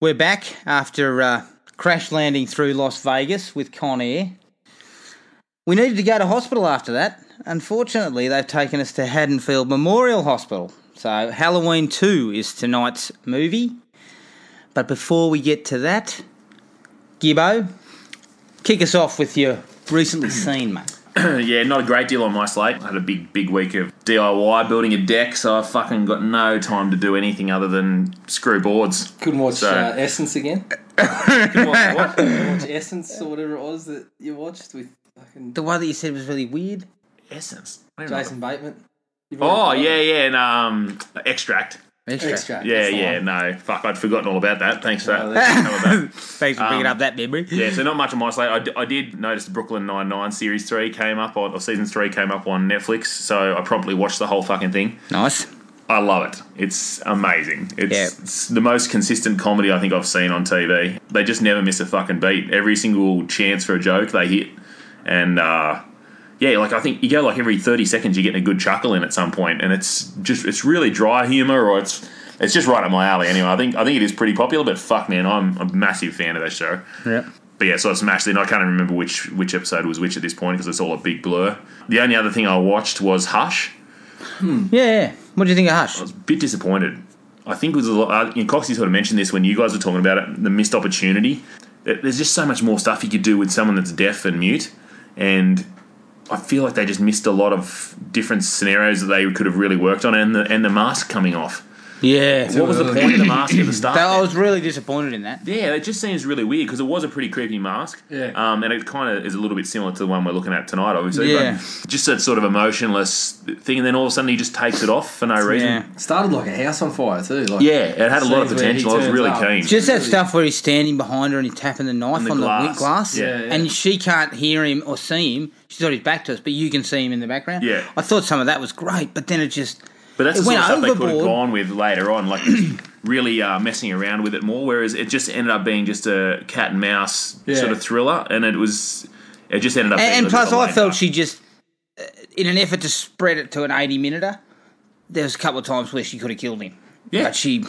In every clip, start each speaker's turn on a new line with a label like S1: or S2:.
S1: We're back after uh, crash landing through Las Vegas with Conair. We needed to go to hospital after that. Unfortunately, they've taken us to Haddonfield Memorial Hospital. So, Halloween 2 is tonight's movie. But before we get to that, Gibbo, kick us off with your recently seen, mate.
S2: yeah, not a great deal on my slate. I had a big, big week of DIY building a deck, so I fucking got no time to do anything other than screw boards.
S3: Couldn't watch
S2: So-
S3: uh, Essence again.
S2: Couldn't watch what?
S3: Couldn't watch Essence or whatever it was that you watched with fucking
S1: The one that you said was really weird.
S2: Essence. I don't know.
S3: Jason Bateman. You've
S2: Oh
S3: already-
S2: yeah, yeah, and um, extract.
S3: Extract.
S2: Yeah,
S3: that's the
S2: yeah,
S3: one.
S2: no, fuck, I'd forgotten all about that. Thanks for
S3: Oh,
S2: that.
S3: that's-
S1: Thanks for bringing up that memory.
S2: Yeah, so not much on my slate. I, d- I did notice the Brooklyn Nine Nine series three came up on, or season three came up on Netflix. So I promptly watched the whole fucking thing.
S1: Nice.
S2: I love it. It's amazing. It's,
S1: Yeah.
S2: it's the most consistent comedy I think I've seen on TV. They just never miss a fucking beat. Every single chance for a joke they hit, and uh, yeah, like I think you go like every thirty seconds you're getting a good chuckle in at some point, and it's just it's really dry humor or it's it's just right up my alley. Anyway, I think I think it is pretty popular, but fuck man, I'm a massive fan of that show.
S1: Yeah.
S2: But yeah, so I smashed it. And I can't even remember which which episode was which at this point because it's all a big blur. The only other thing I watched was Hush.
S1: Yeah. What do you think of Hush?
S2: I was a bit disappointed. I think it was a lot. Uh, you know, Coxie sort of mentioned this when you guys were talking about it. The missed opportunity. There- There's just so much more stuff you could do with someone that's deaf and mute, and I feel like they just missed a lot of different scenarios that they could have really worked on, and the and the mask coming off.
S1: Yeah.
S2: What was the point of the mask at the start?
S1: That- I was really disappointed in that.
S2: Yeah, it just seems really weird because it was a pretty creepy mask.
S3: Yeah.
S2: Um, and it kind of is a little bit similar to the one we're looking at tonight, obviously.
S1: Yeah.
S2: But just that sort of emotionless thing, and then all of a sudden he just takes it off for no reason.
S1: Yeah.
S3: Started like a house on fire too. Like
S2: Yeah, it had a lot of
S3: Scenes where he
S2: potential. I was
S3: turns
S2: really
S3: up.
S2: keen.
S1: Just that
S3: Really?
S1: stuff where he's standing behind her and he's tapping the knife
S2: And the
S1: on the
S2: glass.
S1: win- glass,
S2: Yeah,
S3: yeah.
S1: and she can't hear him or see him. She's got his back to us, but you can see him in the background.
S2: Yeah.
S1: I thought some of that was great, but then it just
S2: But that's
S1: It
S2: the sort of
S1: went
S2: stuff they could have
S1: overboard.
S2: gone with later on, like really uh, messing around with it more. Whereas it just ended up being just a cat and mouse
S3: Yeah.
S2: sort of thriller, and it was it just ended up. being
S1: and,
S2: a
S1: and plus
S2: little
S1: I
S2: bit
S1: felt
S2: laid
S1: she just uh, in an effort to spread it to an eighty minute. There was a couple of times where she could have killed him.
S2: Yeah.
S1: But she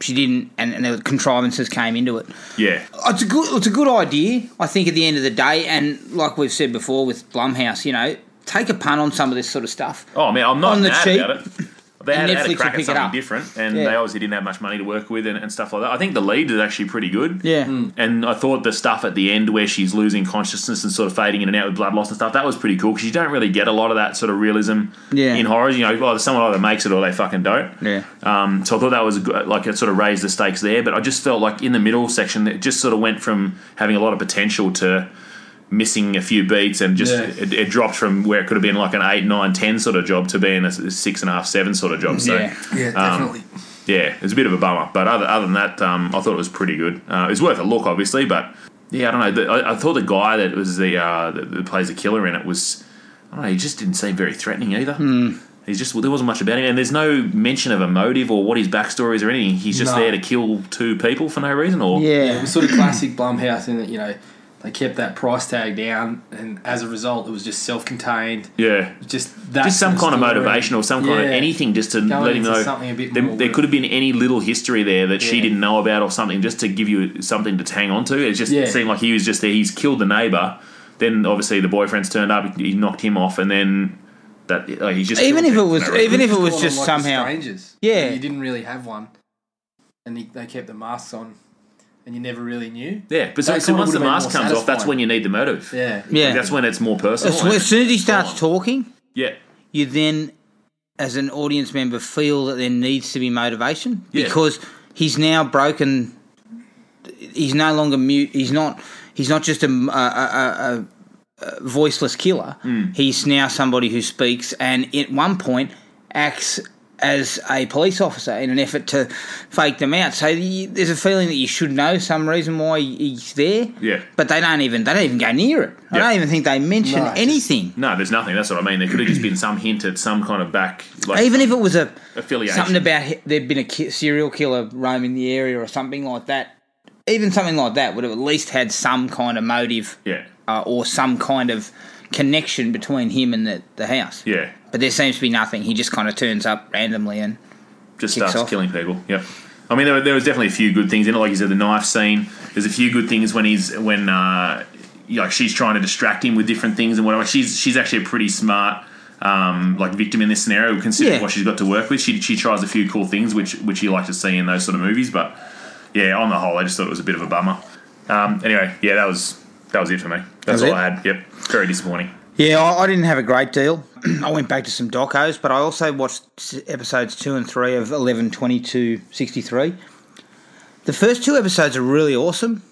S1: she didn't and, and there were contrivances came into it.
S2: back. yeah,
S1: It's a good it's a good idea, I think, at the end of the day, and like we've said before with Blumhouse, you know, take a punt on some of this sort of stuff.
S2: Oh man, I'm not
S1: On the
S2: mad
S1: cheap.
S2: about it. They had,
S1: And Netflix
S2: had a
S1: will
S2: crack
S1: pick
S2: at
S1: it
S2: something
S1: up.
S2: different, and
S1: Yeah.
S2: they obviously didn't have much money to work with and, and stuff like that. I think the lead is actually pretty good.
S1: Yeah.
S2: And I thought the stuff at the end where she's losing consciousness and sort of fading in and out with blood loss and stuff, that was pretty cool because you don't really get a lot of that sort of realism
S1: Yeah.
S2: in horrors. You know, either someone either makes it or they fucking don't.
S1: Yeah.
S2: Um, so I thought that was a good, like it sort of raised the stakes there, but I just felt like in the middle section it just sort of went from having a lot of potential to missing a few beats and just
S3: Yeah.
S2: it, it dropped from where it could have been like an eight, nine, ten sort of job to being a s- six and a half, seven sort of job. So
S1: Yeah.
S3: yeah, definitely.
S2: yeah, it's a bit of a bummer, but other, other than that, um, I thought it was pretty good. Uh, it was worth a look, obviously, but yeah, I don't know. The, I, I thought the guy that was the uh, that, that plays the killer in it was, I don't know, he just didn't seem very threatening either.
S3: Hmm.
S2: He's just well, there wasn't much about him, and there's no mention of a motive or what his backstory is or anything. He's just
S3: No.
S2: there to kill two people for no reason, or
S3: Yeah, it was sort of classic Blumhouse in that you know they kept that price tag down, and as a result, it was just self-contained.
S2: yeah.
S3: Just that
S2: just some
S3: sort
S2: kind
S3: of
S2: of
S3: story.
S2: motivation or some kind of
S3: Yeah.
S2: anything just to
S3: Going
S2: let him
S3: into
S2: know
S3: something a bit
S2: there,
S3: more
S2: there could have been any little history there that she
S3: Yeah.
S2: didn't know about or something just to give you something to hang on to it just
S3: Yeah.
S2: seemed like he was just there he's killed the neighbor then obviously the boyfriend's turned up he knocked him off and then that like, he just
S1: Even if
S2: killed
S1: it
S2: him.
S1: was-
S2: No reason.
S1: even if it was
S3: Calling
S1: just
S3: on, like, the
S1: somehow-
S3: strangers.
S1: Yeah.
S3: you didn't really have one, and they, they kept the masks on, and you never really knew.
S2: yeah but so,
S3: that
S2: so
S3: kinda
S2: once the
S3: would've been
S2: mask
S3: more
S2: comes off that's
S3: satisfying.
S2: when you need the motive
S3: Yeah,
S1: Yeah.
S2: that's when it's more personal
S1: As, as soon as he starts
S2: on.
S1: talking,
S2: yeah
S1: you then, as an audience member, feel that there needs to be motivation
S2: Yeah.
S1: because he's now broken. He's no longer mute. He's not. He's not just a, a, a, a- a voiceless killer.
S2: Hmm.
S1: He's now somebody who speaks, and at one point acts as a police officer in an effort to fake them out. So you, there's a feeling that you should know some reason why he's there.
S2: Yeah.
S1: But they don't even they don't even go near it. I
S2: Yeah.
S1: don't even think they mention
S3: No, it's-
S1: anything.
S2: no there's nothing that's what I mean there could have just been some hint at some kind of back like
S1: Even if it was a
S2: affiliation
S1: something about he- there'd been a ki- serial killer roaming the area or something like that, even something like that would have at least had some kind of motive
S2: yeah
S1: uh, or some kind of connection between him and the, the house.
S2: yeah
S1: But there seems to be nothing. He just kind of turns up randomly and
S2: just
S1: Kicks
S2: starts
S1: off.
S2: killing people yep I mean, there, were, there was definitely a few good things in it. Like you said, the knife scene. There's a few good things when he's when uh, you know, like she's trying to distract him with different things and whatever. She's she's actually a pretty smart um, like victim in this scenario, considering
S1: Yeah.
S2: what she's got to work with. She she tries a few cool things, which which you like to see in those sort of movies. But yeah, on the whole, I just thought it was a bit of a bummer. Um, anyway, yeah, that was that was it for me.
S1: was
S2: That's all
S1: it?
S2: I had. Yep, very disappointing.
S1: Yeah, I, I didn't have a great deal. I went back to some docos, but I also watched s- episodes two and three of 11, 22, 63. The first two episodes are really awesome,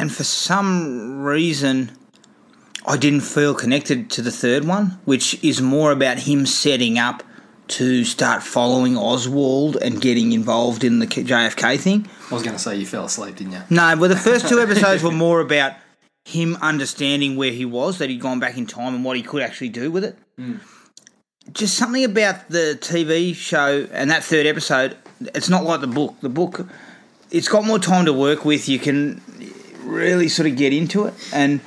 S1: and for some reason, I didn't feel connected to the third one, which is more about him setting up to start following Oswald and getting involved in the K- JFK thing.
S3: I was going to say you fell asleep, didn't you?
S1: No, well, the first two episodes were more about him understanding where he was, that he'd gone back in time, and what he could actually do with it. Just something about the TV show and that third episode. It's not like the book. The book, it's got more time to work with. You can really sort of get into it, and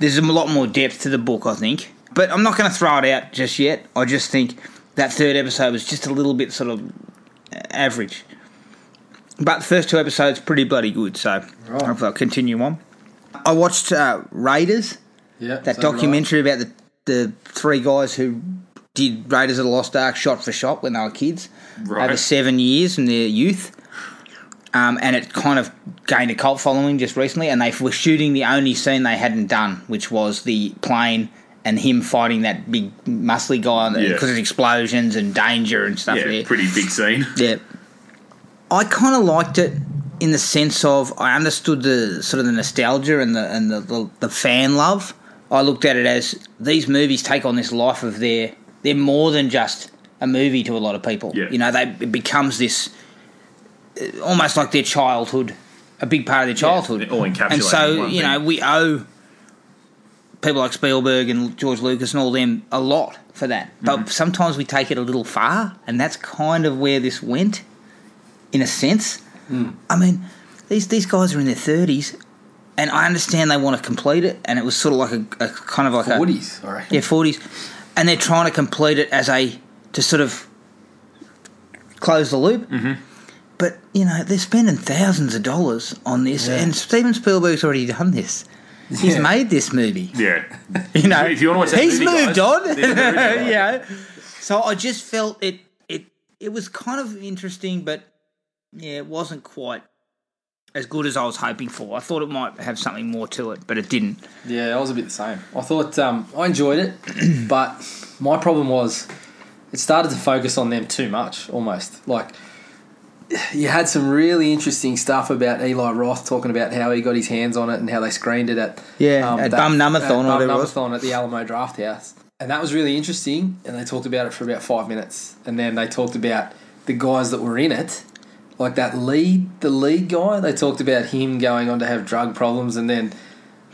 S1: there's a lot more depth to the book, I think. But I'm not going to throw it out just yet. I just think that third episode was just a little bit sort of average. But the first two episodes pretty bloody good, so
S3: Right.
S1: I'll continue on. I watched uh, Raiders,
S3: Yeah.
S1: that
S3: so did I.
S1: documentary about the the three guys who did Raiders of the Lost Ark shot for shot when they were kids
S2: Right.
S1: over seven years in their youth. Um, and it kind of gained a cult following just recently, and they were shooting the only scene they hadn't done, which was the plane and him fighting that big muscly guy because
S2: Yeah.
S1: of explosions and danger and stuff.
S2: Yeah,
S1: there.
S2: pretty big scene.
S1: Yeah. I kind of liked it in the sense of I understood the sort of the nostalgia and the and the, the, the fan love. I looked at it as these movies take on this life of their they're more than just a movie to a lot of people.
S2: Yeah.
S1: You know, they it becomes this uh, almost like their childhood, a big part of their childhood.
S2: all encapsulated
S1: And so,
S2: in one
S1: you know,
S2: thing.
S1: we owe people like Spielberg and George Lucas and all them a lot for that. But
S2: Mm-hmm.
S1: sometimes we take it a little far, and that's kind of where this went, in a sense.
S2: Mm.
S1: I mean, these these guys are in their thirties, and I understand they want to complete it, and it was sort of like a, a kind of like a
S3: Woody's, all right.
S1: yeah forties, and they're trying to complete it as a to sort of close the loop. Mm-hmm. But you know they're spending thousands of dollars on this,
S3: Yeah.
S1: and Steven Spielberg's already done this. He's
S3: Yeah.
S1: made this movie.
S2: Yeah,
S1: You know,
S2: If you wanna watch that
S1: he's
S2: movie, guys,
S1: moved on.
S2: there's a movie about it.
S1: you know, so I just felt it. It it was kind of interesting, but yeah, it wasn't quite as good as I was hoping for. I thought it might have something more to it, but it didn't.
S3: Yeah, I was a bit the same. I thought um, I enjoyed it, but my problem was it started to focus on them too much, almost. Like you had some really interesting stuff about Eli Roth talking about how he got his hands on it and how they screened it at um,
S1: Yeah, at Bum Numathon
S3: at
S1: or
S3: Bum
S1: whatever it was.
S3: Numathon at the Alamo Draft House, and that was really interesting. And they talked about it for about five minutes, and then they talked about the guys that were in it. Like that lead, the lead guy, they talked about him going on to have drug problems, and then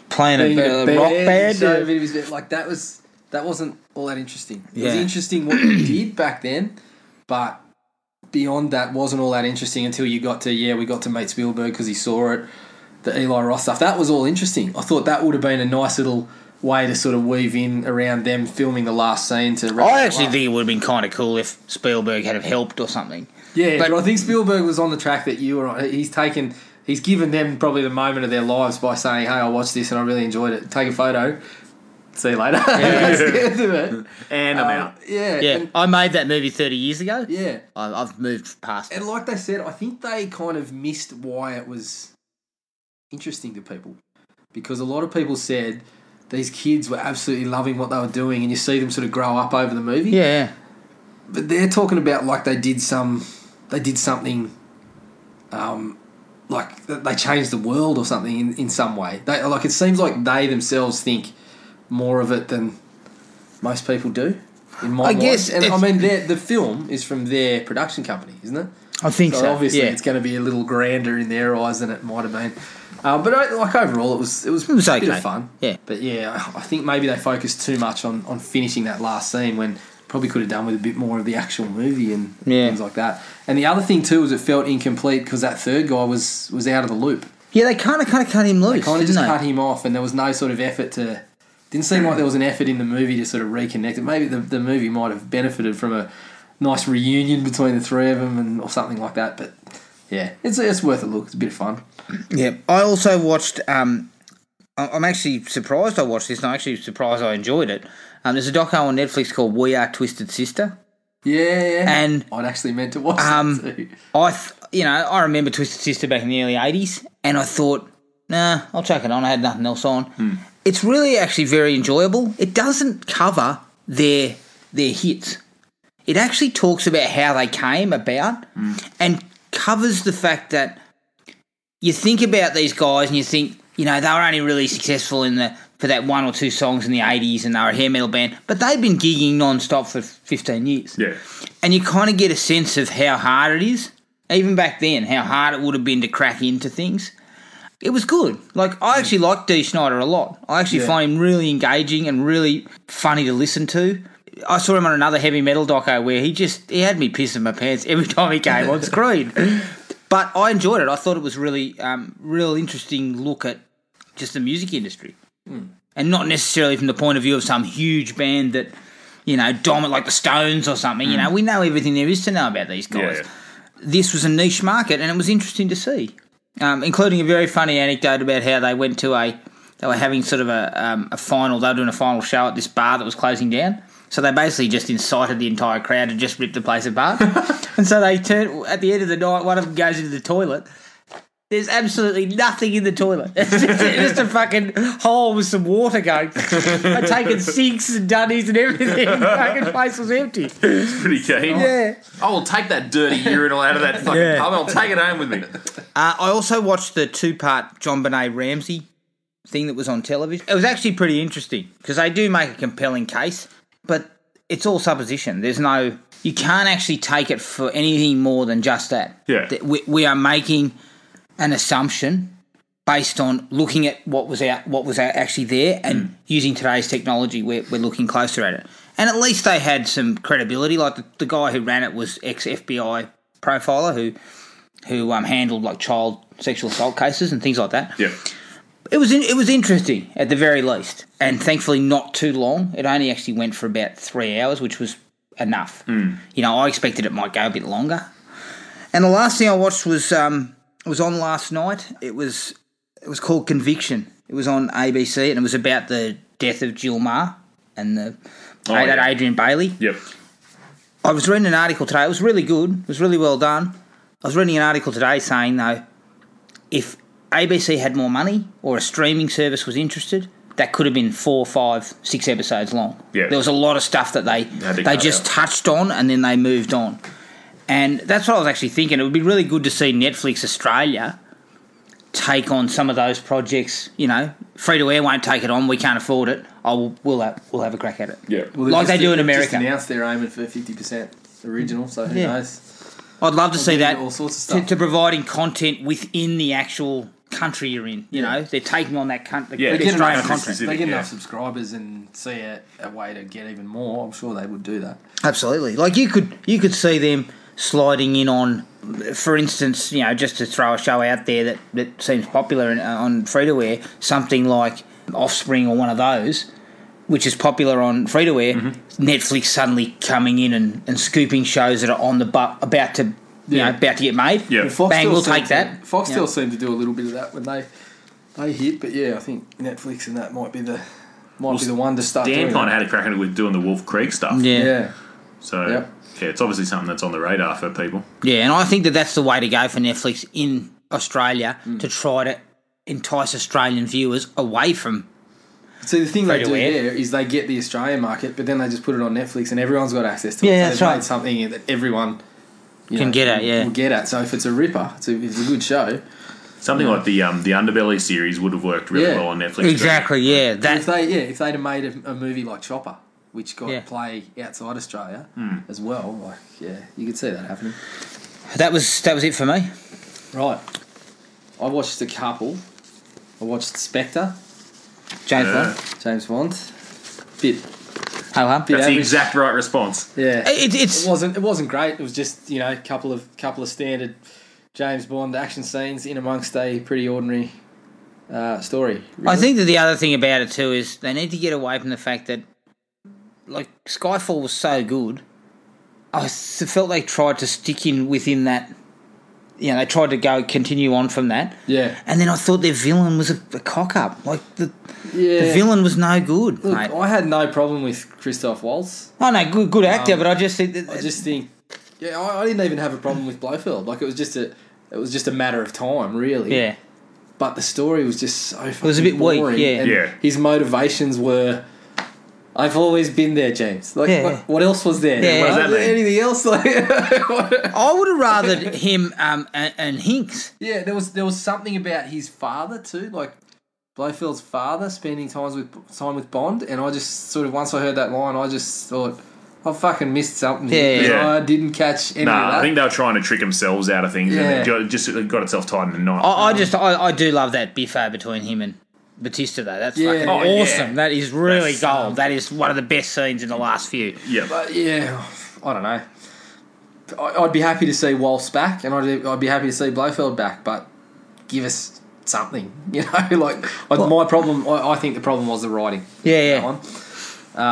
S1: Playing a,
S3: being
S1: ba-
S3: a band,
S1: rock
S3: so a
S1: band.
S3: bit of his bit- like that was that wasn't all that interesting. It was
S1: Yeah.
S3: interesting what he did back then, but beyond that wasn't all that interesting until you got to yeah we got to meet Spielberg because he saw it. The Eli Roth stuff that was all interesting. I thought that would have been a nice little way to sort of weave in around them filming the last scene to. wrap
S1: I
S3: it
S1: actually
S3: up.
S1: think it would have been kind of cool if Spielberg had have helped or something.
S3: Yeah,
S1: But-
S3: but, I think Spielberg was on the track that you were on. He's taken, he's given them probably the moment of their lives by saying, "Hey, I watched this and I really enjoyed it. Take a photo. See you later." That's the end of it.
S2: and I'm out.
S3: Um, yeah,
S1: Yeah,
S3: and-
S1: I made that movie thirty years ago.
S3: yeah.
S1: I, I've moved past. it.
S3: And like they said, I think they kind of missed why it was interesting to people because a lot of people said these kids were absolutely loving what they were doing, and you see them sort of grow up over the movie.
S1: Yeah,
S3: but they're talking about like they did some they did something um like th- they changed the world or something in, in some way they like it seems like they themselves think more of it than most people do in my
S1: I
S3: mind.
S1: guess
S3: and i
S1: it's-
S3: mean their- the film is from their production company isn't it
S1: I think
S3: so,
S1: so.
S3: obviously
S1: yeah.
S3: it's going to be a little grander in their eyes than it might have been um, but I, like overall it was it was,
S1: was
S3: a bit
S1: okay.
S3: of fun
S1: Yeah.
S3: but yeah, I think maybe they focused too much on, on finishing that last scene when probably could have done with a bit more of the actual movie and
S1: Yeah.
S3: things like that. And the other thing too was it felt incomplete because that third guy was was out of the loop.
S1: yeah, they kind of kind of cut him loose,
S3: They kind of
S1: didn't
S3: just
S1: they?
S3: cut him off, and there was no sort of effort to. Didn't seem like there was an effort in the movie to sort of reconnect it. Maybe the, the movie might have benefited from a nice reunion between the three of them and or something like that. But yeah, it's it's worth a look. It's a bit of fun.
S1: Yeah, I also watched. Um, I- I'm actually surprised I watched this, and I'm actually surprised I enjoyed it. Um, there's a doco on Netflix called "We Are Twisted Sister."
S3: Yeah, yeah.
S1: And-
S3: I'd actually meant to watch
S1: Um,
S3: that too.
S1: I, th- you know, I remember Twisted Sister back in the early '80s, and I thought, nah, I'll chuck it on. I had nothing else on. It's really actually very enjoyable. It doesn't cover their their hits. It actually talks about how they came about, and covers the fact that you think about these guys and you think, you know, they were only really successful in the for that one or two songs in the 80s and they were a hair metal band, but they've been gigging non-stop for 15 years
S2: Yeah.
S1: and you kind of get a sense of how hard it is, even back then, how hard it would have been to crack into things. It was good. Like I actually like D. Snyder a lot. I actually
S3: Yeah.
S1: find him really engaging and really funny to listen to. I saw him on another heavy metal doco where he just he had me pissing my pants every time he came on screen. But I enjoyed it. I thought it was really, um, real interesting look at just the music industry,
S2: Hmm.
S1: and not necessarily from the point of view of some huge band that you know dominant like the Stones or something. You know, we know everything there is to know about these
S2: Hmm. Yeah.
S1: guys. This was a niche market, and it was interesting to see, um, including a very funny anecdote about how they went to a they were having sort of a um, a final. They were doing a final show at this bar that was closing down. So they basically just incited the entire crowd to just rip the place apart. and so they turn at the end of the night. One of them goes into the toilet, there's absolutely nothing in the toilet. It's just, it's just a fucking hole with some water going. I'd taken sinks and dunnies and everything. The fucking place was empty.
S2: It's pretty keen.
S1: Yeah.
S2: I will take that dirty urinal out of that fucking
S1: Yeah.
S2: pub. I'll take it home with me.
S1: Uh, I also watched the two part John Benet Ramsey thing that was on television. It was actually pretty interesting because they do make a compelling case, but it's all supposition. There's no, you can't actually take it for anything more than just that.
S2: Yeah.
S1: That We, we are making an assumption based on looking at what was out, what was out actually there, and using today's technology, we're, we're looking closer at it. And at least they had some credibility. Like the, the guy who ran it was ex FBI profiler who who um, handled like child sexual assault cases and things like that.
S2: Yeah.
S1: It was in, it was interesting at the very least, and thankfully not too long. It only actually went for about three hours, which was enough.
S2: Hmm.
S1: You know, I expected it might go a bit longer. And the last thing I watched was um, was on last night. It was it was called Conviction. It was on ABC, and it was about the death of Jill Maher and the
S2: Oh,
S1: that
S2: yeah.
S1: Adrian Bailey.
S2: Yep.
S1: I was reading an article today. It was really good. It was really well done. I was reading an article today saying though, if ABC had more money or a streaming service was interested, that could have been four, five, six episodes long.
S2: Yeah.
S1: There was a lot of stuff that they
S2: Had to
S1: they
S2: cut
S1: just
S2: out.
S1: touched on and then they moved on. And that's what I was actually thinking. It would be really good to see Netflix Australia take on some of those projects. You know, free to air won't take it on. We can't afford it. I will. We'll have, we'll have a crack at it.
S2: Yeah.
S3: Well, they've
S1: Like they
S3: just-
S1: do in
S3: they've Just
S1: America.
S3: announced they're aiming for fifty percent original, so who
S1: Yeah.
S3: knows?
S1: I'd love to see
S3: They're
S1: that.
S3: doing all sorts of
S1: to,
S3: stuff.
S1: to providing content within the actual country you're in. You know, they're taking on that country.
S2: Yeah,
S1: Yeah,
S2: They
S3: They get,
S2: Australian
S3: enough,
S1: Australian
S2: content.
S1: content.
S3: they
S2: specific,
S3: get enough
S2: yeah.
S3: subscribers and see a, a way to get even more. I'm sure they would do that.
S1: Absolutely. Like you could you could see them sliding in on, for instance, you know, just to throw a show out there that that seems popular in, uh, on free to air, something like Offspring or one of those. Which is popular on free to air,
S3: Mm-hmm.
S1: Netflix suddenly coming in and, and scooping shows that are on the bu- about to, you
S3: Yeah.
S1: know, about to get made.
S2: Yeah.
S3: Foxtel
S1: Bang, we'll
S3: seemed
S1: take
S3: to-
S1: that.
S3: Foxtel
S1: Yeah.
S3: seemed to do a little bit of that when they they hit, but yeah, I think Netflix and that might be the might be the one to start.
S2: Dan
S3: doing
S2: kind of
S3: that.
S2: had a crack at it with doing the Wolf Creek stuff.
S1: Yeah.
S3: yeah.
S2: So
S3: Yep.
S2: yeah, it's obviously something that's on the radar for people.
S1: Yeah, and I think that that's the way to go for Netflix in Australia
S3: Mm.
S1: to try to entice Australian viewers away from.
S3: So the thing they
S1: Free to
S3: do
S1: air.
S3: there is they get the Australian market, but then they just put it on Netflix, and everyone's got access to it.
S1: Yeah,
S3: so
S1: that's
S3: they've
S1: right.
S3: Made something that everyone you
S1: Can get at, yeah.
S3: will get at. So if it's a ripper, it's a, if it's a good show.
S2: Something like the um, the Underbelly series would have worked really
S3: Yeah.
S2: well on Netflix.
S1: Exactly. Yeah,
S3: If
S1: that.
S3: they yeah, if they'd have made a, a movie like Chopper, which got
S1: Yeah. Hmm.
S3: play outside Australia as well, like yeah, you could see that happening.
S1: That was that was it for me.
S3: Right. I watched a couple. I watched Spectre,
S1: James
S2: Yeah.
S1: Bond.
S3: James Bond. Bit,
S1: Ho hum.
S2: That's
S3: bit
S2: the
S3: average.
S2: exact right response.
S3: yeah.
S1: It, it's
S3: It wasn't. It wasn't great. It was just you know a couple of couple of standard James Bond action scenes in amongst a pretty ordinary uh, story.
S1: I
S3: really.
S1: think that the other thing about it too is they need to get away from the fact that, like Skyfall was so good, I s- felt they tried to stick in within that you know, they tried to go continue on from that.
S3: Yeah.
S1: And then I thought their villain was a, a cock up. Like the
S3: Yeah.
S1: the villain was no good,
S3: Look,
S1: mate.
S3: I had no problem with Christoph Waltz.
S1: Oh no, good good actor, but I just think that,
S3: I just think, yeah, I, I didn't even have a problem with Blofeld. Like it was just a, it was just a matter of time, really.
S1: yeah.
S3: But the story was just so. Fucking it
S1: was a bit weak,
S3: boring,
S1: yeah.
S3: and
S2: Yeah.
S3: His motivations were. I've always been there, James. Like,
S1: Yeah.
S3: what, what else was there?
S1: Yeah. What does
S2: that mean?
S3: Anything else? Like, what-
S1: I would have rather him um, and, and Hinks.
S3: yeah, there was there was something about his father too, like Blofeld's father spending times with time with Bond, and I just sort of once I heard that line, I just thought I fucking missed something. here,
S1: Yeah.
S3: 'cause
S2: Yeah.
S3: I didn't catch any of
S2: Nah,
S3: that.
S2: I think they were trying to trick themselves out of things,
S3: Yeah. Oh.
S2: and it ju- just it got itself tied in a knot.
S1: I, I just I, I do love that biffo between him and Batista though. That's
S3: Yeah.
S1: fucking
S3: Oh,
S2: yeah.
S1: awesome. That is really
S2: That's,
S1: gold. that is one of the best scenes in the last few.
S2: yeah,
S3: But Uh, yeah, I don't know. I- I'd be happy to see Walsh back, and I'd, I'd be happy to see Blofeld back, but give us something, you know. Like I my problem, I, I think the problem was the writing.
S1: Yeah, yeah.
S3: That one.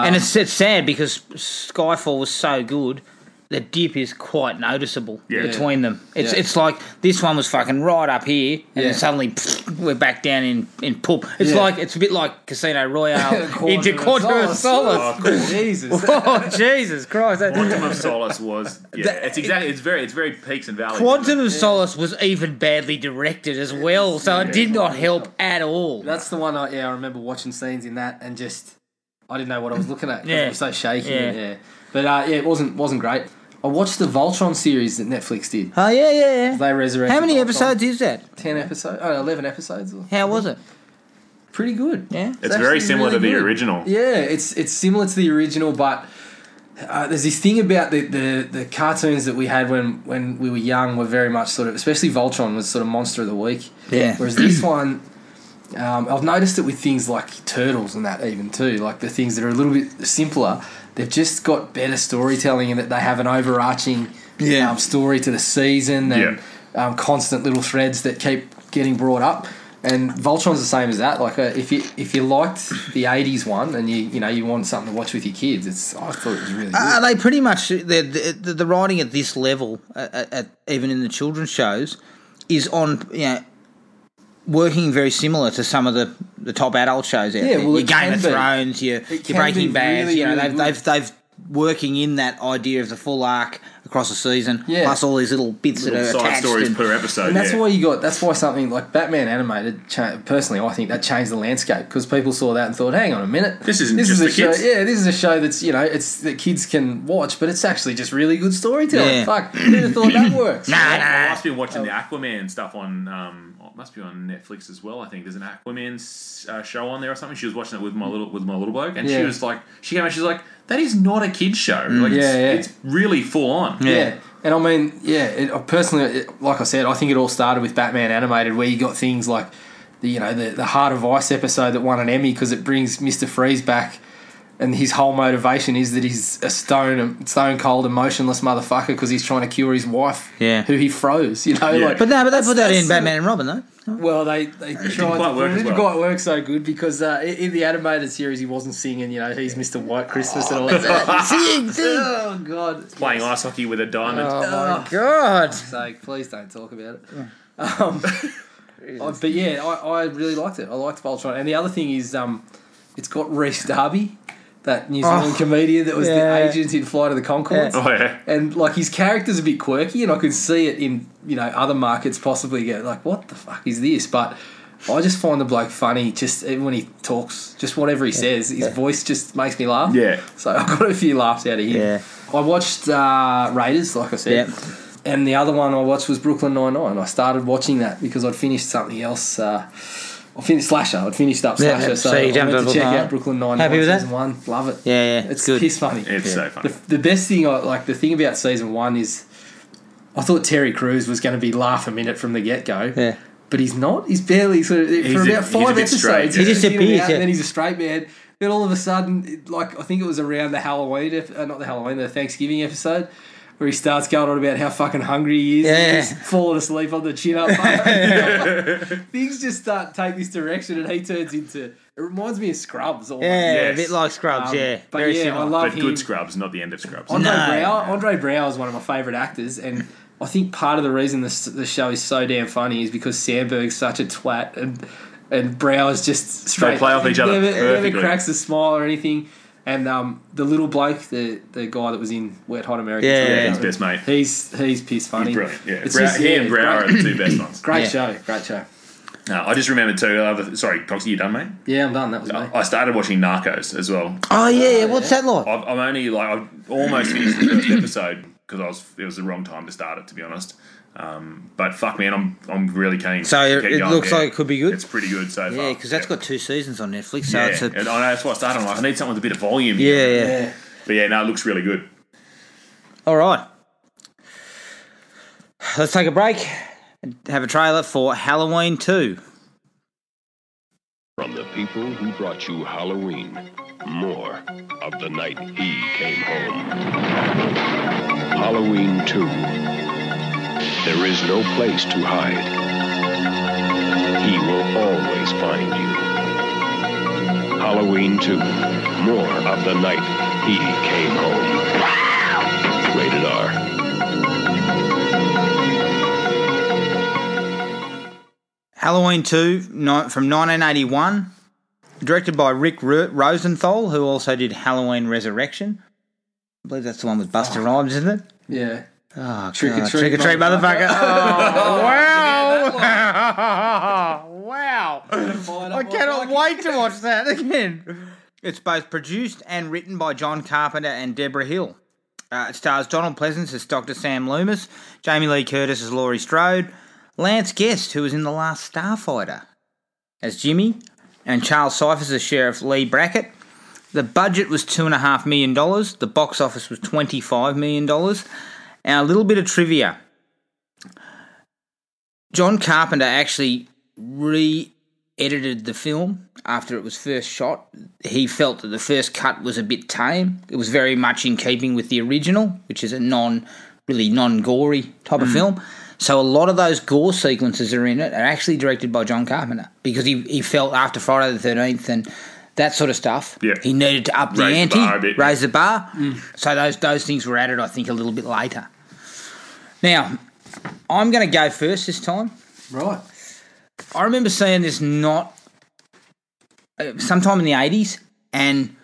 S1: and it's, it's sad because Skyfall was so good. The dip is quite noticeable
S2: Yeah.
S1: between them. It's
S3: Yeah.
S1: it's like this one was fucking right up here, and
S3: Yeah.
S1: then suddenly pfft, we're back down in in poop. It's
S3: Yeah.
S1: like it's a bit like Casino Royale into Quarter of Solace.
S2: Oh, cool.
S3: Jesus.
S1: Oh Jesus Christ! That-
S2: Quantum of Solace was yeah.
S1: That-
S2: it's exactly it's very it's very peaks and valleys.
S1: Quantum of Solace was even badly directed as well, so it did not help at all.
S3: That's the one. I, yeah, I remember watching scenes in that, and just I didn't know what I was looking at. 'cause
S1: Yeah.
S3: it was so shaky.
S1: Yeah.
S3: Yeah, but uh, yeah, it wasn't wasn't great. I watched the Voltron series that Netflix did.
S1: Oh yeah, yeah, yeah.
S3: They resurrected.
S1: How many
S3: Voltron.
S1: episodes is that?
S3: Ten episodes. Oh, eleven episodes.
S1: How was it?
S3: Pretty good.
S1: Yeah.
S2: It's very
S3: actually
S2: similar
S3: really
S2: to the
S3: good.
S2: original.
S3: Yeah, it's it's similar to the original, but uh, there's this thing about the, the the cartoons that we had when when we were young were very much sort of, especially Voltron was sort of monster of the week.
S1: Yeah.
S3: Whereas this one, um, I've noticed it with things like turtles and that even too, like the things that are a little bit simpler. They've just got better storytelling in that they have an overarching
S1: Yeah.
S3: um, story to the season and um, constant little threads that keep getting brought up. And Voltron's the same as that. Like uh, if you if you liked the '80s one and you you know you want something to watch with your kids, it's I thought it was really good.
S1: Are they pretty much the the, the writing at this level, uh, at, at, even in the children's shows, is on you know working very similar to some of the, the top adult shows out
S3: Yeah,
S1: there.
S3: well,
S1: your
S3: it
S1: Game
S3: can
S1: of
S3: be.
S1: Thrones, your,
S3: It
S1: your
S3: can be
S1: Breaking Bad.
S3: really,
S1: you know,
S3: really
S1: they've, they've they've working in that idea of the full arc across a season,
S3: Yeah.
S1: plus all these little bits
S2: Little
S1: that are
S2: side
S1: attached.
S2: stories
S1: and-
S2: per episode.
S3: And that's
S2: yeah.
S3: why you got. That's why something like Batman animated. Cha- personally, I think that changed the landscape because people saw that and thought, "Hang on a minute,
S2: This isn't
S3: this
S2: just
S3: is a
S2: for
S3: show.
S2: kids."
S3: Yeah, this is a show that's you know it's that kids can watch, but it's actually just really good storytelling.
S1: Yeah.
S3: Fuck, who'd have thought that works?
S1: Nah, nah.
S2: I must be
S3: Oh.
S2: watching the Aquaman stuff on. Um, oh, it must be on Netflix as well. I think there's an Aquaman s- uh, show on there or something. She was watching it with my little with my little bloke, and she
S3: Yeah.
S2: was like, she came out, she's like, that is not a kids show.
S1: Mm.
S2: Like, it's,
S3: Yeah, yeah.
S2: it's really full on.
S3: Yeah. And I mean, yeah, it, I personally, it, like I said, I think it all started with Batman Animated, where you got things like, the, you know, the, the Heart of Ice episode that won an Emmy because it brings Mr. Freeze back, and his whole motivation is that he's a stone, stone cold, emotionless motherfucker because he's trying to cure his wife,
S1: Yeah.
S3: who he froze, you know?
S2: Yeah.
S3: Like,
S1: But no, but they put that
S3: that's
S1: in
S3: the-
S1: Batman and Robin though.
S3: well, they, they tried to
S2: quite
S3: put-
S2: work
S3: it
S2: as
S3: didn't
S2: well.
S3: quite work so good because uh, in, in the animated series, he wasn't singing, you know, he's Mr. White Christmas and all that.
S1: Zing, zing.
S3: oh, God.
S2: Playing ice hockey with a diamond.
S1: Oh God.
S3: sake, please don't talk about it. Um, uh, but yeah, I, I really liked it. I liked Voltron. And the other thing is, um, it's got Reese Darby, that New Zealand
S1: Oh,
S3: comedian that was
S1: yeah.
S3: the agent in Flight of the Concords.
S2: Oh, yeah.
S3: And like his character's a bit quirky, and I could see it in you know other markets possibly get like, what the fuck is this? But I just find the bloke funny. Just even when he talks, just whatever he says, his voice just makes me laugh.
S2: Yeah.
S3: So I got a few laughs out of him.
S1: Yeah.
S3: I watched uh, Raiders, like I said,
S1: Yep.
S3: and the other one I watched was Brooklyn Nine Nine. I started watching that because I'd finished something else. Uh, I finished Slasher. I'd finished up
S1: Yeah,
S3: Slasher, so,
S1: so you
S3: I
S1: jumped
S3: went
S1: over
S3: to check
S1: Nine.
S3: out Brooklyn Nine Nine
S1: Happy with that?
S3: season one. Love it.
S1: Yeah, yeah,
S3: it's
S1: good.
S3: piss funny.
S2: It's so funny.
S3: The, the best thing, I, like the thing about season one is, I thought Terry Crews was going to be laugh a minute from the get go.
S1: Yeah.
S3: but he's not. He's barely sort of
S2: He's
S3: for
S2: a-
S3: about
S2: he's a
S3: five
S2: bit straight,
S3: episodes.
S2: yeah. He
S3: he's in and
S1: disappears,
S3: out,
S1: yeah.
S3: and then he's a straight man. Then all of a sudden, it- like I think it was around the Halloween, ep- uh, not the Halloween, the Thanksgiving episode. Where he starts going on about how fucking hungry he is,
S1: Yeah.
S3: and he's falling asleep on the chin up. Things just start take this direction, and he turns into. It reminds me of Scrubs. Almost.
S1: Yeah,
S2: Yes.
S1: a bit like Scrubs.
S3: Um,
S1: yeah,
S3: but
S1: very
S3: yeah, I
S1: similar.
S3: love
S2: But
S3: him. Oh,
S2: good scrubs, not the end of scrubs.
S3: Andre
S1: No.
S3: Brower. Andre Brower is one of my favourite actors, and I think part of the reason this the show is so damn funny is because Sandberg's such a twat and and Brow is just straight.
S2: play off each other
S3: Never, never
S2: perfectly.
S3: cracks a smile or anything. And um, the little bloke, the the guy that was in Wet Hot American,
S1: Yeah,
S3: Sweetheart,
S1: yeah, yeah.
S2: His best mate.
S3: He's he's piss funny.
S2: Brilliant. Yeah,
S3: It's
S2: Brow,
S3: just-
S2: he
S3: yeah,
S2: and Brower are
S3: great-
S2: the two best ones.
S3: Great
S1: Yeah.
S3: show, great show.
S2: Uh, I just remembered too. Other, sorry, Coxie, you done, mate?
S3: Yeah, I'm done. That was me.
S2: I started watching Narcos as well.
S1: Oh yeah, yeah. What's that like?
S2: I've, I'm only like I've almost finished the first episode because I was it was the wrong time to start it to be honest. Um, but fuck man, I'm I'm really keen.
S1: So
S2: to
S1: it,
S2: keep
S1: it
S2: going,
S1: looks
S2: yeah.
S1: like it could be good.
S2: it's pretty good so far.
S1: Yeah, because that's got two seasons on Netflix, so
S2: yeah.
S1: it's a
S2: and I know that's why I started. I'm like I need something with a bit of volume.
S1: yeah, yeah.
S3: yeah.
S2: but yeah, no, it looks really good.
S1: All right, let's take a break. and Have a trailer for Halloween Two.
S4: From the people who brought you Halloween, more of the night he came home. Halloween 2. There is no place to hide. He will always find you. Halloween 2. More of the night he came home. Rated R.
S1: Halloween 2 ni- from 1981, directed by Rick Ro- Rosenthal, who also did Halloween Resurrection. I believe that's the one with Buster Rhymes, isn't it?
S3: Yeah.
S1: Oh,
S3: Trick or
S1: God,
S3: treat,
S1: trick or treat, motherfucker. Oh, wow. wow. I cannot wait to watch that again. It's both produced and written by John Carpenter and Deborah Hill. Uh, it stars Donald Pleasance as Dr. Sam Loomis, Jamie Lee Curtis as Laurie Strode, Lance Guest, who was in The Last Starfighter, as Jimmy, and Charles Cyphers as Sheriff Lee Brackett. The budget was $2.5 million. The box office was $25 million. And a little bit of trivia. John Carpenter actually re edited the film after it was first shot. He felt that the first cut was a bit tame. It was very much in keeping with the original, which is a non really non gory type of film. So a lot of those gore sequences are in it are actually directed by John Carpenter because he, he felt after Friday the thirteenth and that sort of stuff.
S2: Yeah.
S1: He needed to up the
S2: Raise the
S1: ante,
S2: bar a bit.
S1: raise the bar. So those those things were added, I think, a little bit later. Now, I'm going to go first this time.
S3: Right.
S1: I remember seeing this not uh, sometime in the eighties and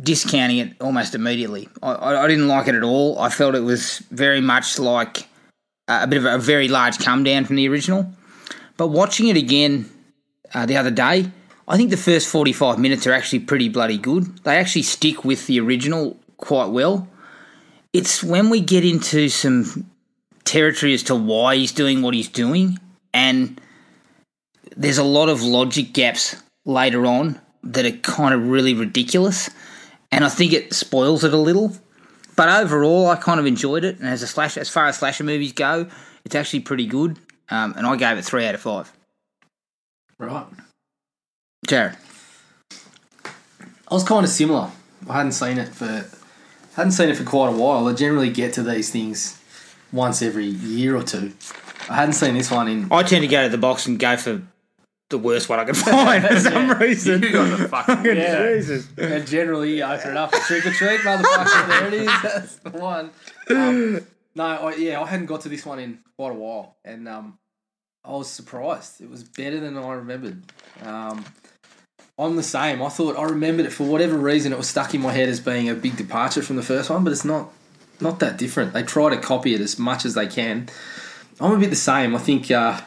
S1: discounting it almost immediately. I, I, I didn't like it at all. I felt it was very much like uh, a bit of a, very large come down from the original. But watching it again uh, the other day, I think the first forty five minutes are actually pretty bloody good. They actually stick with the original quite well. It's when we get into some territory as to why he's doing what he's doing and there's a lot of logic gaps later on that are kind of really ridiculous, and I think it spoils it a little. But overall, I kind of enjoyed it, and as a slash, as far as slasher movies go, it's actually pretty good. Um, and I gave it three out of five.
S3: Right.
S1: Jared,
S3: I was kind of similar. I hadn't seen it for hadn't seen it for quite a while. I generally get to these things once every year or two. I hadn't seen this one in
S1: I tend to go to the box and go for the worst one I can find for some reason.
S2: You got the fucking yeah.
S1: Jesus.
S3: and generally you open it up for trick or treat, motherfucker. there it is. That's the one. Um, no, I, yeah, I hadn't got to this one in quite a while, and um, I was surprised. It was better than I remembered. Um, I'm the same. I thought I remembered it for whatever reason. It was stuck in my head as being a big departure from the first one, but it's not. Not that different. They try to copy it as much as they can. I'm a bit the same. I think uh,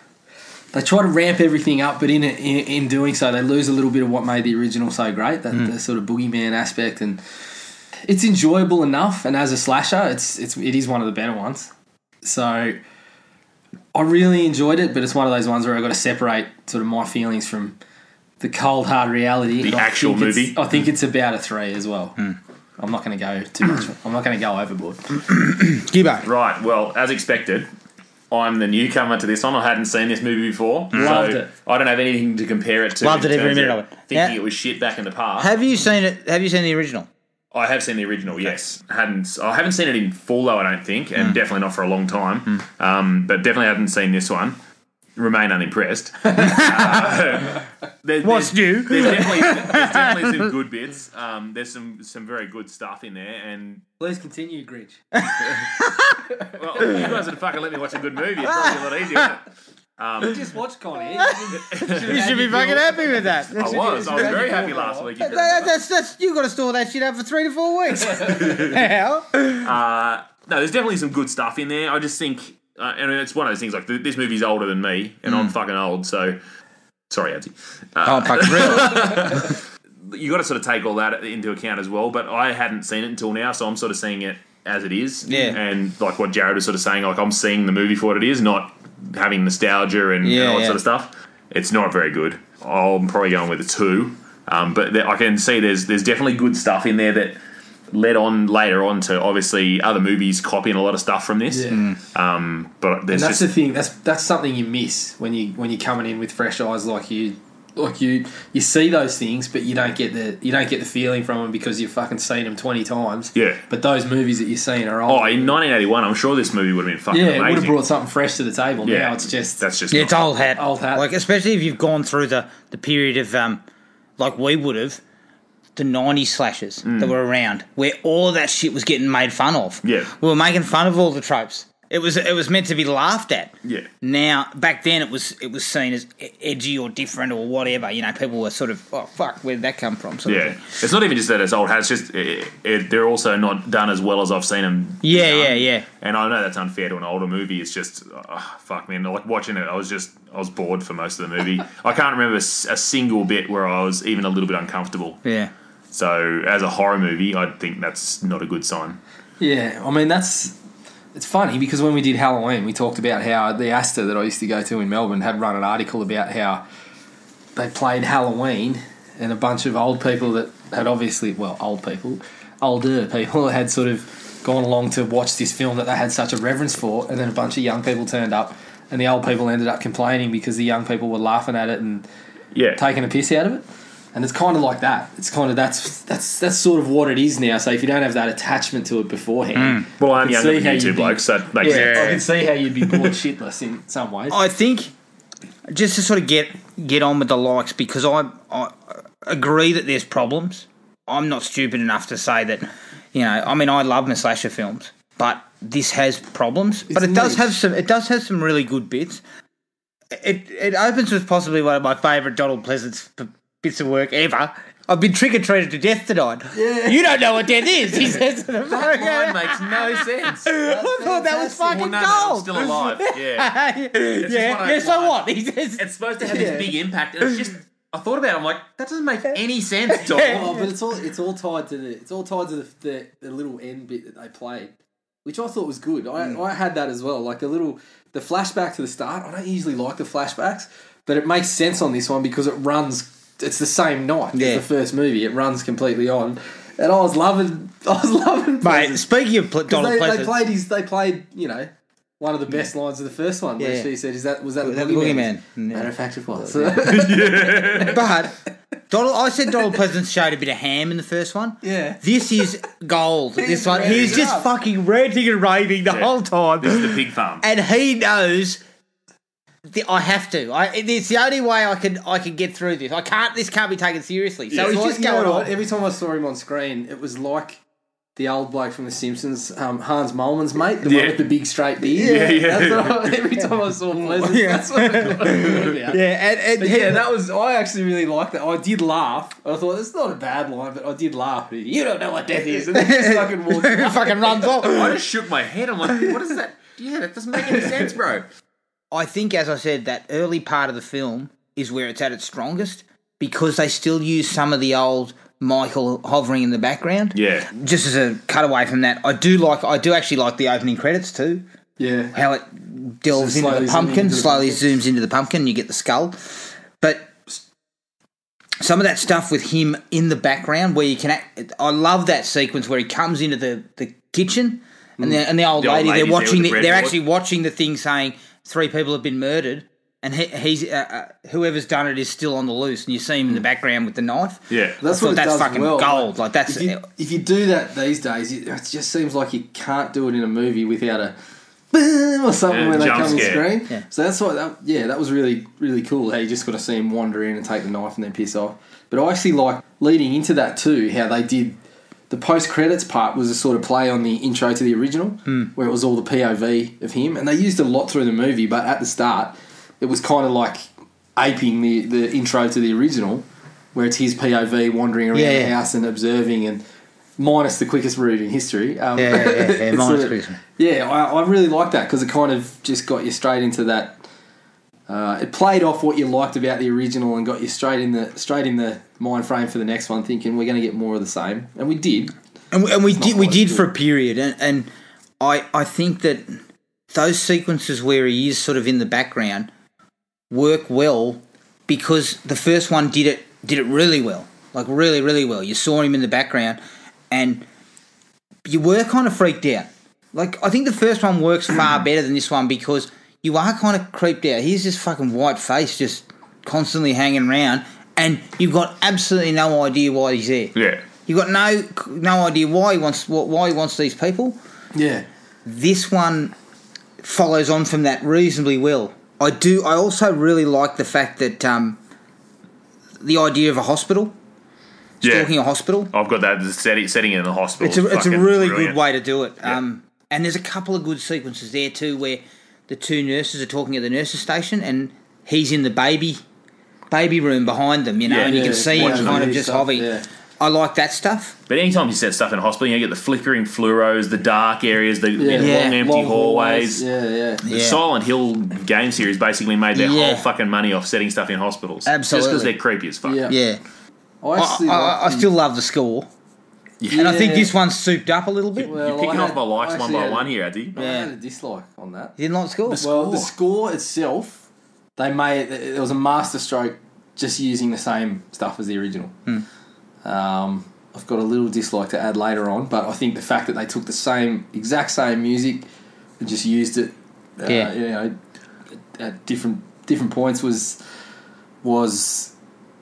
S3: they try to ramp everything up, but in, in in doing so, they lose a little bit of what made the original so great that,
S2: Mm.
S3: that sort of boogeyman aspect. And it's enjoyable enough, and as a slasher, it's it's it is one of the better ones. So I really enjoyed it, but it's one of those ones where I got to separate sort of my feelings from the cold hard reality.
S2: The
S3: And I
S2: actual
S3: think it's-
S2: movie. Hmm.
S3: I think it's about a three as well. I'm not going to go too much. I'm not going to go overboard.
S1: Gibbo.
S2: Right. Well, as expected, I'm the newcomer to this one. I hadn't seen this movie before.
S3: Loved
S2: so
S3: it.
S2: I don't have anything to compare it to.
S1: Loved
S2: in
S1: it every
S2: terms
S1: minute of it.
S2: Thinking
S1: Yeah.
S2: it was shit back in the past.
S1: Have you seen it? Have you seen the original?
S2: I have seen the original. Yes, hadn't I haven't seen it Hmm. in full though. I don't think, and definitely not for a long time. Um, but definitely haven't seen this one. remain unimpressed. Uh, there-
S1: What's
S2: there's-
S1: new?
S2: There's definitely, there's definitely some good bits. Um, there's some some very good stuff in there, and
S3: Please continue, Grinch.
S2: well, you guys would fucking let me watch a good movie. It's probably a lot easier. Isn't it?
S3: You just watch Connie.
S1: You should be fucking happy with that.
S2: I was. I was very happy last week. if you
S1: That-
S2: remember.
S1: that's, that's, you got to store that shit up for three to four weeks. How?
S2: Uh, no, there's definitely some good stuff in there. I just think, uh, I mean, it's one of those things. Like th- this movie's older than me, and I'm fucking old. So, sorry, Auntie.
S1: Oh, fuck, real.
S2: you got to sort of take all that into account as well. But I hadn't seen it until now, so I'm sort of seeing it as it is.
S1: Yeah.
S2: And like what Jared was sort of saying, like I'm seeing the movie for what it is, not having nostalgia and, and
S1: Yeah,
S2: all that
S1: yeah.
S2: sort of stuff. It's not very good. I'm probably going with a two. Um, but there, I can see there's there's definitely good stuff in there that led on later on to obviously other movies copying a lot of stuff from this. Um, but there's
S3: And
S2: just
S3: that's the thing. That's that's something you miss when you when you're coming in with fresh eyes, like you, like you, you see those things, but you don't get the you don't get the feeling from them because you've fucking seen them twenty times.
S2: Yeah.
S3: But those movies that you've seen are
S2: oh
S3: old.
S2: in 1981, I'm sure this movie would have been fucking
S3: yeah, it would have
S2: amazing.
S3: brought something fresh to the table.
S2: yeah,
S3: Now it's just
S2: that's just
S1: Yeah,
S2: not-
S1: it's old hat.
S3: Old hat.
S1: Like, especially if you've gone through the, the period of, um, like we would have, the 90s slashes that were around, where all that shit was getting made fun of.
S2: Yeah.
S1: We were making fun of all the tropes. It was it was meant to be laughed at.
S2: Yeah.
S1: Now, back then, it was it was seen as e- edgy or different or whatever. You know, people were sort of, oh fuck, where did that come from? sort of
S2: Yeah,
S1: thing.
S2: it's not even just that it's old hat. It's just it, it, they're also not done as well as I've seen them.
S1: Yeah, yeah, yeah.
S2: And I know that's unfair to an older movie. It's just ah, fuck, man. Like watching it, I was just I was bored for most of the movie. I can't remember s- a single bit where I was even a little bit uncomfortable.
S1: Yeah.
S2: So as a horror movie, I think that's not a good sign.
S3: yeah. I mean, that's it's funny because when we did Halloween, we talked about how the Astor that I used to go to in Melbourne had run an article about how they played Halloween and a bunch of old people that had obviously, well, old people, older people had sort of gone along to watch this film that they had such a reverence for, and then a bunch of young people turned up, and the old people ended up complaining because the young people were laughing at it and
S2: Yeah,
S3: taking a piss out of it. And it's kind of like that. It's kind of that's that's that's sort of what it is now. So if you don't have that attachment to it beforehand,
S2: Mm. well,
S3: I
S2: I'm
S3: can
S2: younger
S3: see
S2: than
S3: how
S2: you
S3: you'd
S2: two
S3: be-
S2: blokes, so that makes
S3: yeah, I
S2: sense.
S3: can see how you'd be bored shitless in some ways.
S2: Oh,
S1: I think just to sort of get get on with the likes because I I agree that there's problems. I'm not stupid enough to say that you know. I mean, I love my slasher films, but this has problems. but it does
S3: niche.
S1: have some. It does have some really good bits. It it opens with possibly one of my favourite Donald Pleasant's p- bits of work ever. I've been trick or treated to death tonight. You don't know what death is, he says. to the
S2: Mine
S1: photographer.
S2: makes no sense.
S1: I thought that was fucking
S2: Well, no, no, I'm
S1: gold.
S2: still alive. Yeah.
S1: yeah,
S2: one
S1: yeah.
S2: of
S1: So
S2: those
S1: what? He says
S2: it's supposed to have
S3: Yeah.
S2: this big impact, and it's just. I thought about it. I'm like, that doesn't make any sense, Dom.
S3: Oh, but it's all it's all tied to the it's all tied to the the, the little end bit that they played, which I thought was good. I,
S1: Mm.
S3: I had that as well, like the little the flashback to the start. I don't usually like the flashbacks, but it makes sense on this one because it runs. It's the same night
S1: Yeah.
S3: as the first movie. It runs completely on, and I was loving. I was loving.
S1: Mate,
S3: Pleasant.
S1: speaking of pl- Donald
S3: they, they
S1: Pleasant,
S3: played his. They played you know. One of the best lines of the first one, where
S1: Yeah.
S3: she said, "Is that was that the
S1: that
S3: boogeyman?"
S1: boogeyman. Yeah.
S3: Matter of fact, it was.
S1: but Donald, I said Donald Pleasant showed a bit of ham in the first one.
S3: Yeah.
S1: This is gold. this
S3: He's
S1: one,
S3: ranting
S1: he's
S3: it
S1: just
S3: up.
S1: fucking ranting and raving the whole time,
S2: This is the pig farm.
S1: and he knows. The, I have to. I, it's the only way I can. I can get through this. I can't. This can't be taken seriously. So
S2: Yeah.
S1: he's
S3: Like,
S1: just
S3: you know
S1: going
S3: what?
S1: on.
S3: Every time I saw him on screen, it was like the old bloke from The Simpsons, um, Hans Molman's mate, the
S2: Yeah.
S3: one with the big straight beard.
S2: Yeah, yeah.
S3: That's what I, every time I saw Pleasant,
S1: Yeah.
S3: that's what I thought about.
S1: Yeah, and, and
S3: But
S1: he-
S3: yeah, that was. I actually really liked that. I did laugh. I thought it's not a bad line, but I did laugh. You don't know what death is, and then he just fucking walked. away.
S1: fucking runs off.
S2: I just shook my head. I'm like, what is that? Yeah, that doesn't make any sense, bro.
S1: I think, as I said, that early part of the film is where it's at its strongest because they still use some of the old Michael hovering in the background.
S2: Yeah.
S1: Just as a cutaway from that, I do like, I do actually like the opening credits too.
S3: Yeah,
S1: How it delves
S3: So
S1: into
S3: slowly
S1: the
S3: zooming
S1: pumpkin,
S3: into the
S1: slowly zooms into the pumpkin, you get the skull. But some of that stuff with him in the background, where you can, act, I love that sequence where he comes into the, the kitchen and the, and the old
S2: The old
S1: lady,
S2: lady's
S1: they're
S2: there
S1: watching,
S2: with
S1: the,
S2: the
S1: they're
S2: breadboard.
S1: actually watching the thing saying three people have been murdered, and he, he's uh, uh, whoever's done it is still on the loose, and you see him in the background with the knife. I
S2: Yeah.
S1: thought
S3: it
S1: that's
S3: does
S1: fucking
S3: well.
S1: gold. Like that's
S3: if you, if you do that these days, it, it just seems like you can't do it in a movie without a boom or something
S2: Yeah,
S3: when they
S2: jump
S3: come
S2: scare.
S3: on screen. So that's what that yeah, that was really really cool. How you just got to see him wander in and take the knife and then piss off. But I actually like leading into that too. How they did the post credits part was a sort of play on the intro to the original, where it was all the POV of him, and they used a lot through the movie. But at the start, it was kind of like aping the the intro to the original, where it's his POV wandering around
S1: Yeah,
S3: the
S1: yeah.
S3: house and observing and minus the quickest route in history. Um,
S1: Yeah, yeah, yeah, yeah,
S3: it's
S1: minus
S3: sort of-
S1: quickest route.
S3: Yeah, I, I really like that because it kind of just got you straight into that. Uh, it played off what you liked about the original and got you straight in the straight in the mind frame for the next one, thinking we're going to get more of the same, and we did.
S1: and we, and we did we
S3: quite
S1: did
S3: good.
S1: for a period, and, and I I think that those sequences where he is sort of in the background work well because the first one did it did it really well, like really really well. You saw him in the background, and you were kind of freaked out. Like I think the first one works far better than this one because you are kind of creeped out. He's just fucking white face, just constantly hanging around, and you've got absolutely no idea why he's there.
S2: Yeah.
S1: You got no no idea why he wants what why he wants these people.
S3: Yeah,
S1: This one follows on from that reasonably well. I do. I also really like the fact that um, the idea of a hospital,
S2: Yeah.
S1: stalking a hospital.
S2: I've got that setting, setting it in the hospital.
S1: It's a
S2: is
S1: it's a
S2: fucking
S1: really
S2: brilliant.
S1: good way to do it. Um, and there's a couple of good sequences there too, where the two nurses are talking at the nurses' station, and he's in the baby baby room behind them. You know,
S2: Yeah.
S1: and you
S2: Yeah,
S1: can see him
S2: watching
S1: kind of
S2: them
S3: do
S1: just
S3: stuff,
S1: hobby.
S3: yeah.
S1: I like that stuff.
S2: But anytime you set stuff in hospital, you, know, you get the flickering fluoros, the dark areas, the
S3: Yeah.
S2: long
S1: Yeah.
S2: empty
S3: Long
S2: hallways.
S3: Yeah, yeah.
S2: The Silent Hill game series basically made their
S1: Yeah.
S2: whole fucking money off setting stuff in hospitals. Just
S1: Absolutely.
S2: because they're creepy as fuck.
S3: Yeah.
S1: Yeah.
S3: I,
S1: I,
S3: actually
S1: I, I
S3: liked
S1: still love the score. And I think
S3: Yeah.
S1: this one's souped up a little bit.
S3: Well,
S2: You're picking
S3: I
S2: off my
S3: had-
S2: likes
S3: I
S2: one
S3: actually
S2: by
S3: had-
S2: one here, Addy.
S3: I
S1: Yeah.
S3: had a dislike on that.
S1: you didn't like the score?
S3: Well, the score itself, they made it was a masterstroke just using the same stuff as the original. Um, I've got a little dislike to add later on, but I think the fact that they took the same exact same music and just used it, uh,
S1: Yeah.
S3: you know, at- at different different points was was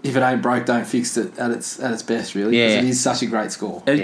S3: if it ain't broke, don't fix it at its at its best, really. 'cause
S1: Yeah.
S3: it is such a great score.
S2: Uh,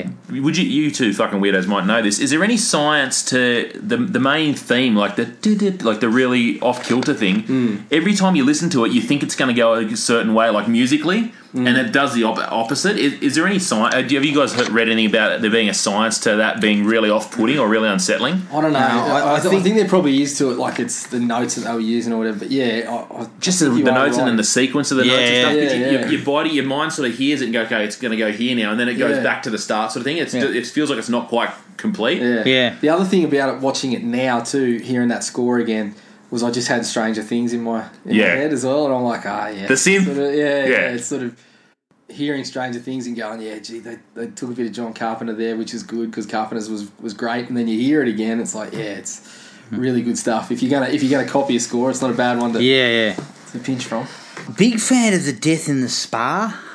S2: Would you, you two fucking weirdos might know this. Is there any science to the the main theme, like the did like the really off kilter thing?
S3: Mm.
S2: Every time you listen to it, you think it's going to go a certain way, like musically,
S3: Mm.
S2: and it does the op- opposite. Is, is there any science? Have you guys heard, read anything about it, there being a science to that being really off putting or really unsettling?
S3: I don't know. I,
S1: I
S3: I, th- I
S1: think-
S3: think there probably is to it, like it's the notes that they were using or whatever. But yeah, I, I
S2: Just the,
S3: think
S2: the
S3: you are
S2: notes and
S3: right.
S2: then the sequence of the
S1: Yeah,
S2: notes and stuff.
S3: yeah,
S2: 'cause you-
S3: yeah,
S2: your-
S3: yeah.
S2: Your body, your mind sort of hears it and go, okay, it's going to go here now, and then it goes
S3: Yeah.
S2: back to the start, sort of thing. It's,
S1: Yeah.
S2: It feels like it's not quite complete.
S3: Yeah.
S1: Yeah.
S3: The other thing about it, watching it now too, hearing that score again, was I just had Stranger Things in my, in
S2: Yeah.
S3: my head as well, and I'm like, ah, yeah.
S2: The synth.
S3: Sort of, yeah, yeah,
S2: Yeah.
S3: It's sort of hearing Stranger Things and going, yeah, gee, they, they took a bit of John Carpenter there, which is good because Carpenter's was was great, and then you hear it again, it's like, yeah, it's really good stuff. If you're gonna if you're gonna copy a score, it's not a bad one to,
S1: yeah, yeah.
S3: to pinch from.
S1: Big fan of the death in the spa.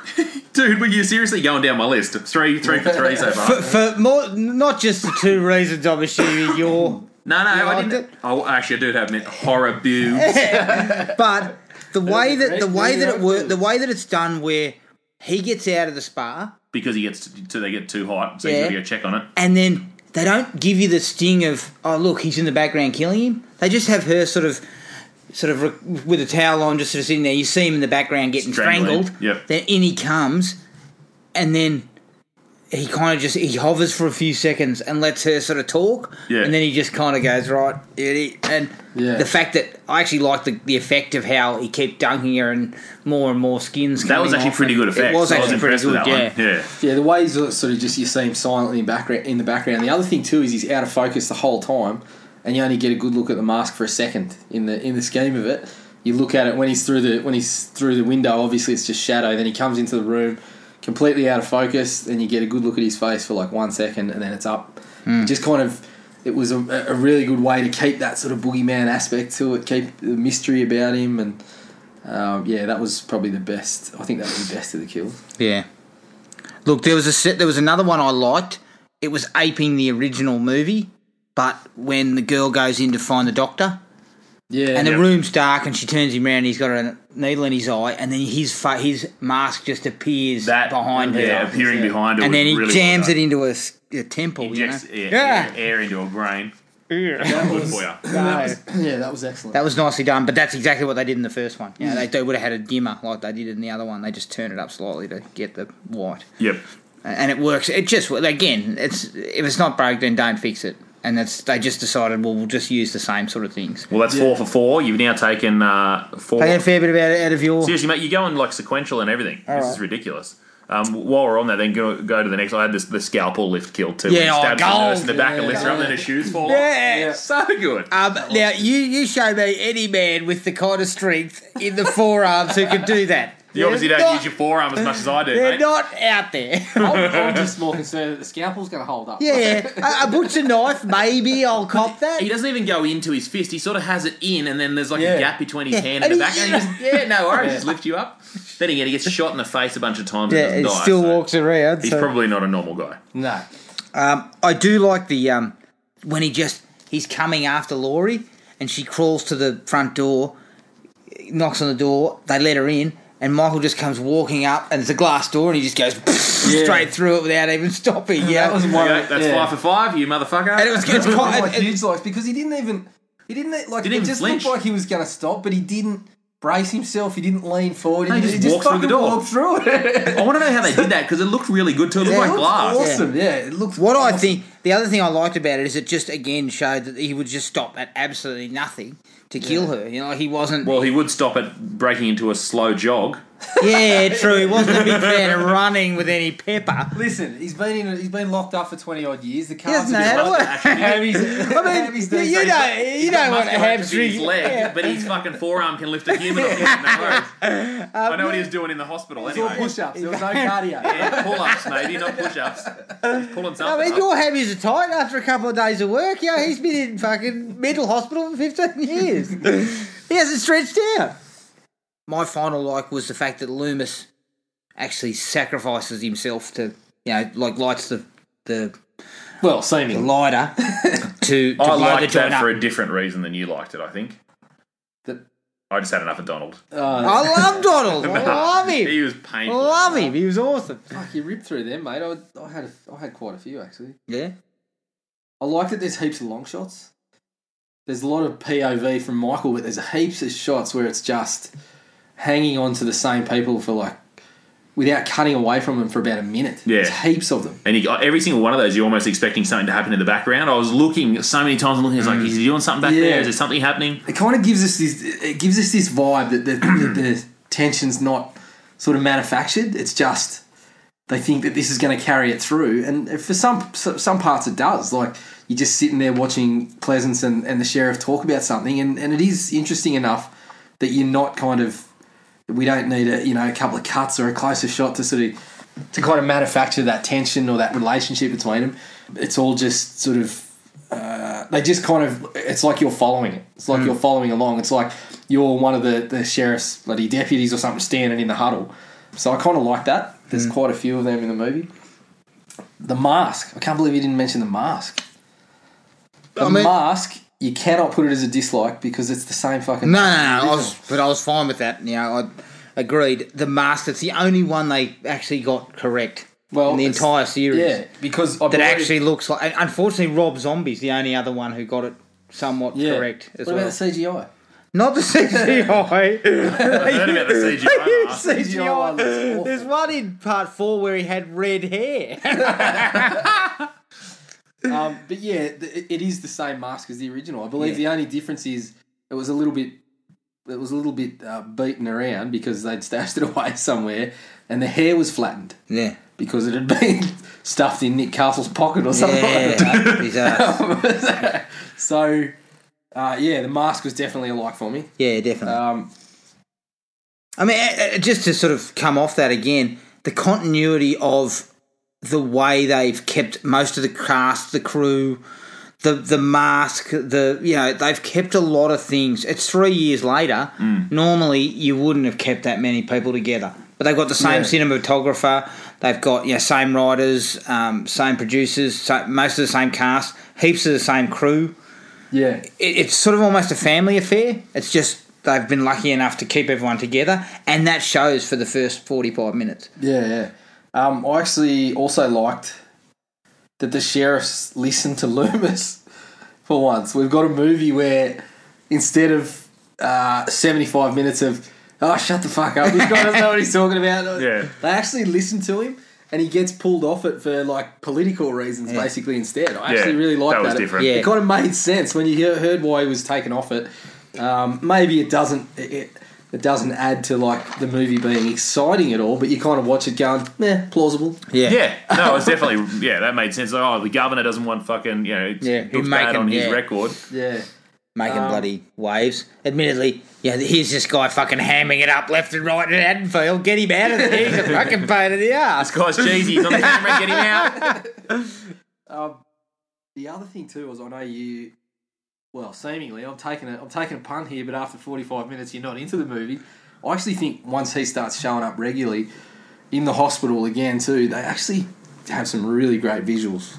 S2: Dude, were you seriously going down my list? Three, three for three so far.
S1: For, for more, not just the two reasons I'm assuming you're,
S2: No, no,
S1: You
S2: I
S1: liked
S2: didn't.
S1: it?
S2: Oh, actually, I did have mint horror views.
S1: but the way that the
S3: great
S1: way
S3: movie,
S1: that it work,
S3: wasn't
S1: the
S3: it?
S1: way that it's done, where he gets out of the spa
S2: because he gets to, they get too hot, so
S1: Yeah.
S2: you got to go check on it.
S1: and then they don't give you the sting of oh look he's in the background killing him. They just have her sort of. Sort of re- with a towel on, just sort of sitting there. You see him in the background getting
S2: Strangling.
S1: strangled.
S2: Yep.
S1: Then in he comes, and then he kind of just he hovers for a few seconds and lets her sort of talk.
S2: Yeah.
S1: And then he just kind of goes right. it- And
S3: Yeah.
S1: the fact that I actually liked the, the effect of how he kept dunking her and more and more skins.
S2: That was
S1: coming
S2: actually
S1: off
S2: pretty
S1: and
S2: good effect.
S1: It was
S2: I
S1: actually pretty
S2: impressed
S1: good.
S2: with
S1: yeah.
S2: that one. yeah.
S3: Yeah, the way he's sort of just you see him silently in background in the background. The other thing too is he's out of focus the whole time, and you only get a good look at the mask for a second in the in the scheme of it. You look at it when he's through the when he's through the window. Obviously, it's just shadow. Then he comes into the room, completely out of focus. Then you get a good look at his face for like one second, and then it's up. Just kind of, it was a, a really good way to keep that sort of boogeyman aspect to it, keep the mystery about him, and um, yeah, that was probably the best. I think that was the best of the kills.
S1: Yeah. Look, there was a set. There was another one I liked. It was aping the original movie, but when the girl goes in to find the doctor,
S3: Yeah,
S1: and
S2: Yep.
S1: the room's dark, and she turns him round, and he's got a needle in his eye, and then his fa- his mask just appears
S2: That
S1: behind her,
S2: yeah, appearing behind her,
S1: and then he
S2: really
S1: jams
S2: well
S1: it into a, s- a temple.
S2: done. Injects
S1: you know?
S2: air,
S1: yeah,
S2: air into her brain.
S3: That
S2: Good
S3: was,
S2: for ya.
S3: that was- yeah, that was excellent.
S1: That was nicely done, but that's exactly what they did in the first one. Yeah, they, they would have had a dimmer like they did in the other one. They just turned it up slightly to get the white,
S2: Yep.
S1: and it works. It just again, it's if it's not broke, then don't fix it. And that's they just decided, well, we'll just use the same sort of things.
S2: Well, that's four for four. You've now taken uh, four.
S1: I get a fair bit about it out of your.
S2: Seriously, mate, you're going like sequential and everything. this is ridiculous. Um, while we're on that, then go, go to the next. I had this the scalpel lift kill too.
S1: Yeah,
S2: He
S1: oh,
S2: stabs the
S1: gold.
S2: nurse in the back and
S3: Yeah.
S2: lifts her up, and then her shoes fall off.
S1: Yeah.
S2: So good.
S1: Um, now you you show me any man with the kind of strength in the forearms who could do that.
S2: you obviously
S1: They're
S2: don't
S1: not-
S2: use your forearm as much as I do,
S1: They're
S2: mate.
S1: not out there. Oh,
S3: I'm, I'm just more concerned that the scalpel's going to hold up.
S1: yeah, yeah. a, a butcher knife, maybe I'll cop that.
S2: He doesn't even go into his fist. He sort of has it in, and then there's like
S3: Yeah.
S2: a gap between his
S1: Yeah.
S2: hand and the
S1: And
S2: back.
S1: he-
S2: And he just, yeah, no worries.
S3: Yeah.
S2: Just lift you up. Then again, he gets shot in the face a bunch of times.
S1: Yeah,
S2: and doesn't
S1: it
S2: die,
S1: still
S2: so
S1: walks around.
S2: He's
S1: so-
S2: probably not a normal guy.
S3: No.
S1: Um, I do like the um, when he just he's coming after Laurie and she crawls to the front door, knocks on the door. They let her in, and Michael just comes walking up, and it's a glass door, and he just goes straight through it without even stopping. Yeah,
S3: That was one
S2: Okay,
S3: of
S2: that's
S3: yeah.
S2: five for five, you motherfucker.
S1: and it was it's
S3: One of my
S1: quite. it- it-
S3: huge likes because he didn't even he didn't like
S2: Didn't
S3: it
S2: even
S3: just
S2: flinch.
S3: looked like he was going to stop, but he didn't brace himself. He didn't lean forward.
S2: No, he just walked through the
S3: fucking
S2: door.
S3: walked through it.
S2: I want to know how they did that because it looked really good too. It looked
S1: Yeah.
S2: like
S1: It looks
S2: glass.
S3: awesome. Yeah. it looks.
S1: what I
S3: awesome.
S1: think, the other thing I liked about it is it just again showed that he would just stop at absolutely nothing to kill her. You know, he wasn't.
S2: Well, he would stop at breaking into a slow jog.
S1: yeah, true. He wasn't a big fan of running with any pepper.
S3: Listen, he's been in, he's been locked up for twenty odd years. The
S1: doesn't
S3: car's
S1: know how to work.
S3: I mean,
S1: I mean, you, you know, you don't want to have
S2: his leg, but his fucking forearm can lift a human. off his- no worries. I know what he
S3: Um,
S2: was doing in the hospital
S3: It's all
S2: anyway.
S3: push-ups. There was no cardio.
S2: Yeah, pull-ups, maybe not push-ups. He's pulling
S1: I
S2: something.
S1: mean,
S2: up.
S1: your hammies are tight after a couple of days of work. Yeah, he's been in fucking mental hospital for 15 years. he hasn't stretched out. My final like was the fact that Loomis actually sacrifices himself to, you know, like lights the, the
S3: Well, seemingly
S1: lighter to, to
S2: I
S1: blow the
S2: liked
S1: joint
S2: that
S1: up.
S2: for a different reason than you liked it. I think.
S3: The-
S2: I just had enough of Donald.
S1: I love Donald. I love
S2: He
S1: him.
S2: was painful.
S1: Love him. He was awesome.
S3: Fuck, you ripped through them, mate. I, I had a, I had quite a few actually.
S1: Yeah.
S3: I like that there's heaps of long shots. There's a lot of POV from Michael, but there's heaps of shots where it's just hanging on to the same people for like without cutting away from them for about a minute.
S2: Yeah.
S3: There's heaps of them.
S2: And you, every single one of those, you're almost expecting something to happen in the background. I was looking so many times, looking. I was like,
S1: Mm.
S2: "Is he doing something back
S3: Yeah.
S2: there? Is there something happening?"
S3: It kind of gives us this it gives us this vibe that the, the, the tension's not sort of manufactured. It's just they think that this is going to carry it through, and for some so- some parts it does. Like you're just sitting there watching Pleasance and, and the sheriff talk about something, and, and it is interesting enough that you're not kind of we don't need a you know a couple of cuts or a closer shot to sort of to kind of manufacture that tension or that relationship between them. It's all just sort of uh, they just kind of it's like you're following it. It's
S1: Mm.
S3: like you're following along. It's like you're one of the the sheriff's bloody deputies or something standing in the huddle. So I kind of like that.
S1: Mm.
S3: There's quite a few of them in the movie. The mask. I can't believe you didn't mention the mask. The
S1: I mean-
S3: mask. You cannot put it as a dislike because it's the same fucking.
S1: No, no, no. I was, but I was fine with that. You know, I agreed. The mask. That's the only one they actually got correct
S3: Well,
S1: in the
S3: it's-
S1: entire series.
S3: Yeah, because I
S1: That
S3: believe-
S1: actually looks like. and Unfortunately, Rob Zombie's the only other one who got it somewhat
S3: Yeah.
S1: correct as
S3: what
S1: well.
S3: about the CGI?
S1: Not the CGI.
S2: I heard about the CGI. mask.
S1: CGI.
S3: one looks awful.
S1: There's one in part four where he had red hair.
S3: um, but yeah, th- it- it is the same mask as the original. I believe the only difference is it was a little bit, it was a little bit uh, beaten around because they'd stashed it away somewhere, and the hair was flattened
S1: yeah.
S3: because it had been stuffed in Nick Castle's pocket or something like that.
S1: Yeah. uh, His ass.
S3: so, uh, yeah, the mask was definitely a like for me.
S1: Yeah, definitely.
S3: Um,
S1: I mean, uh, uh, just to sort of come off that again, the continuity of the way they've kept most of the cast, the crew, the the mask, the you know they've kept a lot of things. It's three years later. Normally, you wouldn't have kept that many people together, but they've got the same
S3: Yeah.
S1: cinematographer. They've got yeah, same writers, um, same producers, sa most of the same cast, heaps of the same crew
S3: yeah,
S1: it, it's sort of almost a family affair. It's just they've been lucky enough to keep everyone together, and that shows for the first forty-five minutes.
S3: Yeah, yeah. Um, I actually also liked that the sheriffs listened to Loomis for once. We've got a movie where instead of uh, 75 minutes of, oh, shut the fuck up, this guy doesn't know what he's talking about.
S2: Yeah.
S3: They actually listen to him and he gets pulled off it for like political reasons basically instead. I actually
S2: Yeah,
S3: really like
S2: that
S3: that.
S2: was
S3: It-
S2: different.
S1: Yeah.
S3: It kind of made sense when you hear- heard why he was taken off it. Um, maybe it doesn't. It, it, it doesn't add to like the movie being exciting at all, but you kind of watch it going, eh, plausible.
S1: Yeah.
S2: Yeah, no, it's definitely yeah. That made sense. Like, oh, the governor doesn't want fucking you know it's
S1: Yeah,
S2: looks
S1: who make
S2: bad
S1: him,
S2: on his
S1: yeah.
S2: record.
S3: Yeah.
S1: Making bloody waves. Admittedly, yeah, here's this guy fucking hamming it up left and right at Haddonfield. Get him out of there. He's a fucking pain in the ass.
S2: This guy's cheesy. He's on the camera. Get him out.
S3: Um, the other thing too was I know you. Well, seemingly I'm taking a I'm taking a pun here, but after 45 minutes, you're not into the movie. I actually think once he starts showing up regularly in the hospital again too, they actually have some really great visuals.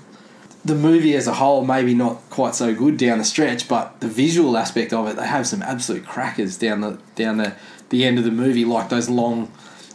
S3: The movie as a whole, maybe not quite so good down the stretch, but the visual aspect of it, they have some absolute crackers down the down the, the end of the movie, like those long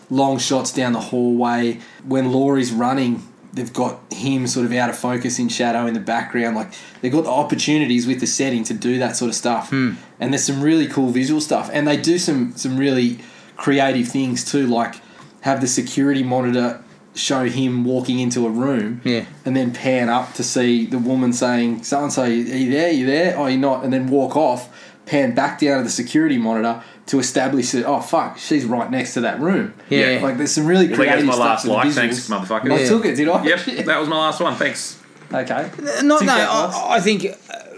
S3: long shots down the hallway. When Laurie's running, they've got him sort of out of focus in shadow in the background. Like they've got the opportunities with the setting to do that sort of stuff. And there's some really cool visual stuff. And they do some some really creative things too, like have the security monitor show him walking into a room
S1: Yeah.
S3: and then pan up to see the woman saying, So and so, are you there? You there? Oh, you're not. And then walk off, pan back down to the security monitor to establish that, oh, fuck, she's right next to that room.
S1: Yeah.
S3: Like, there's some really
S2: Like, that's
S3: creative
S2: my last
S3: stuff. to the
S2: like.
S3: visuals.
S2: Thanks, motherfucker.
S3: I
S1: Yeah.
S3: took it, did I?
S2: Yep, that was my last one. Thanks.
S3: okay.
S1: No,
S3: Tick
S1: Uh, no.
S3: that box.
S1: I, I think uh,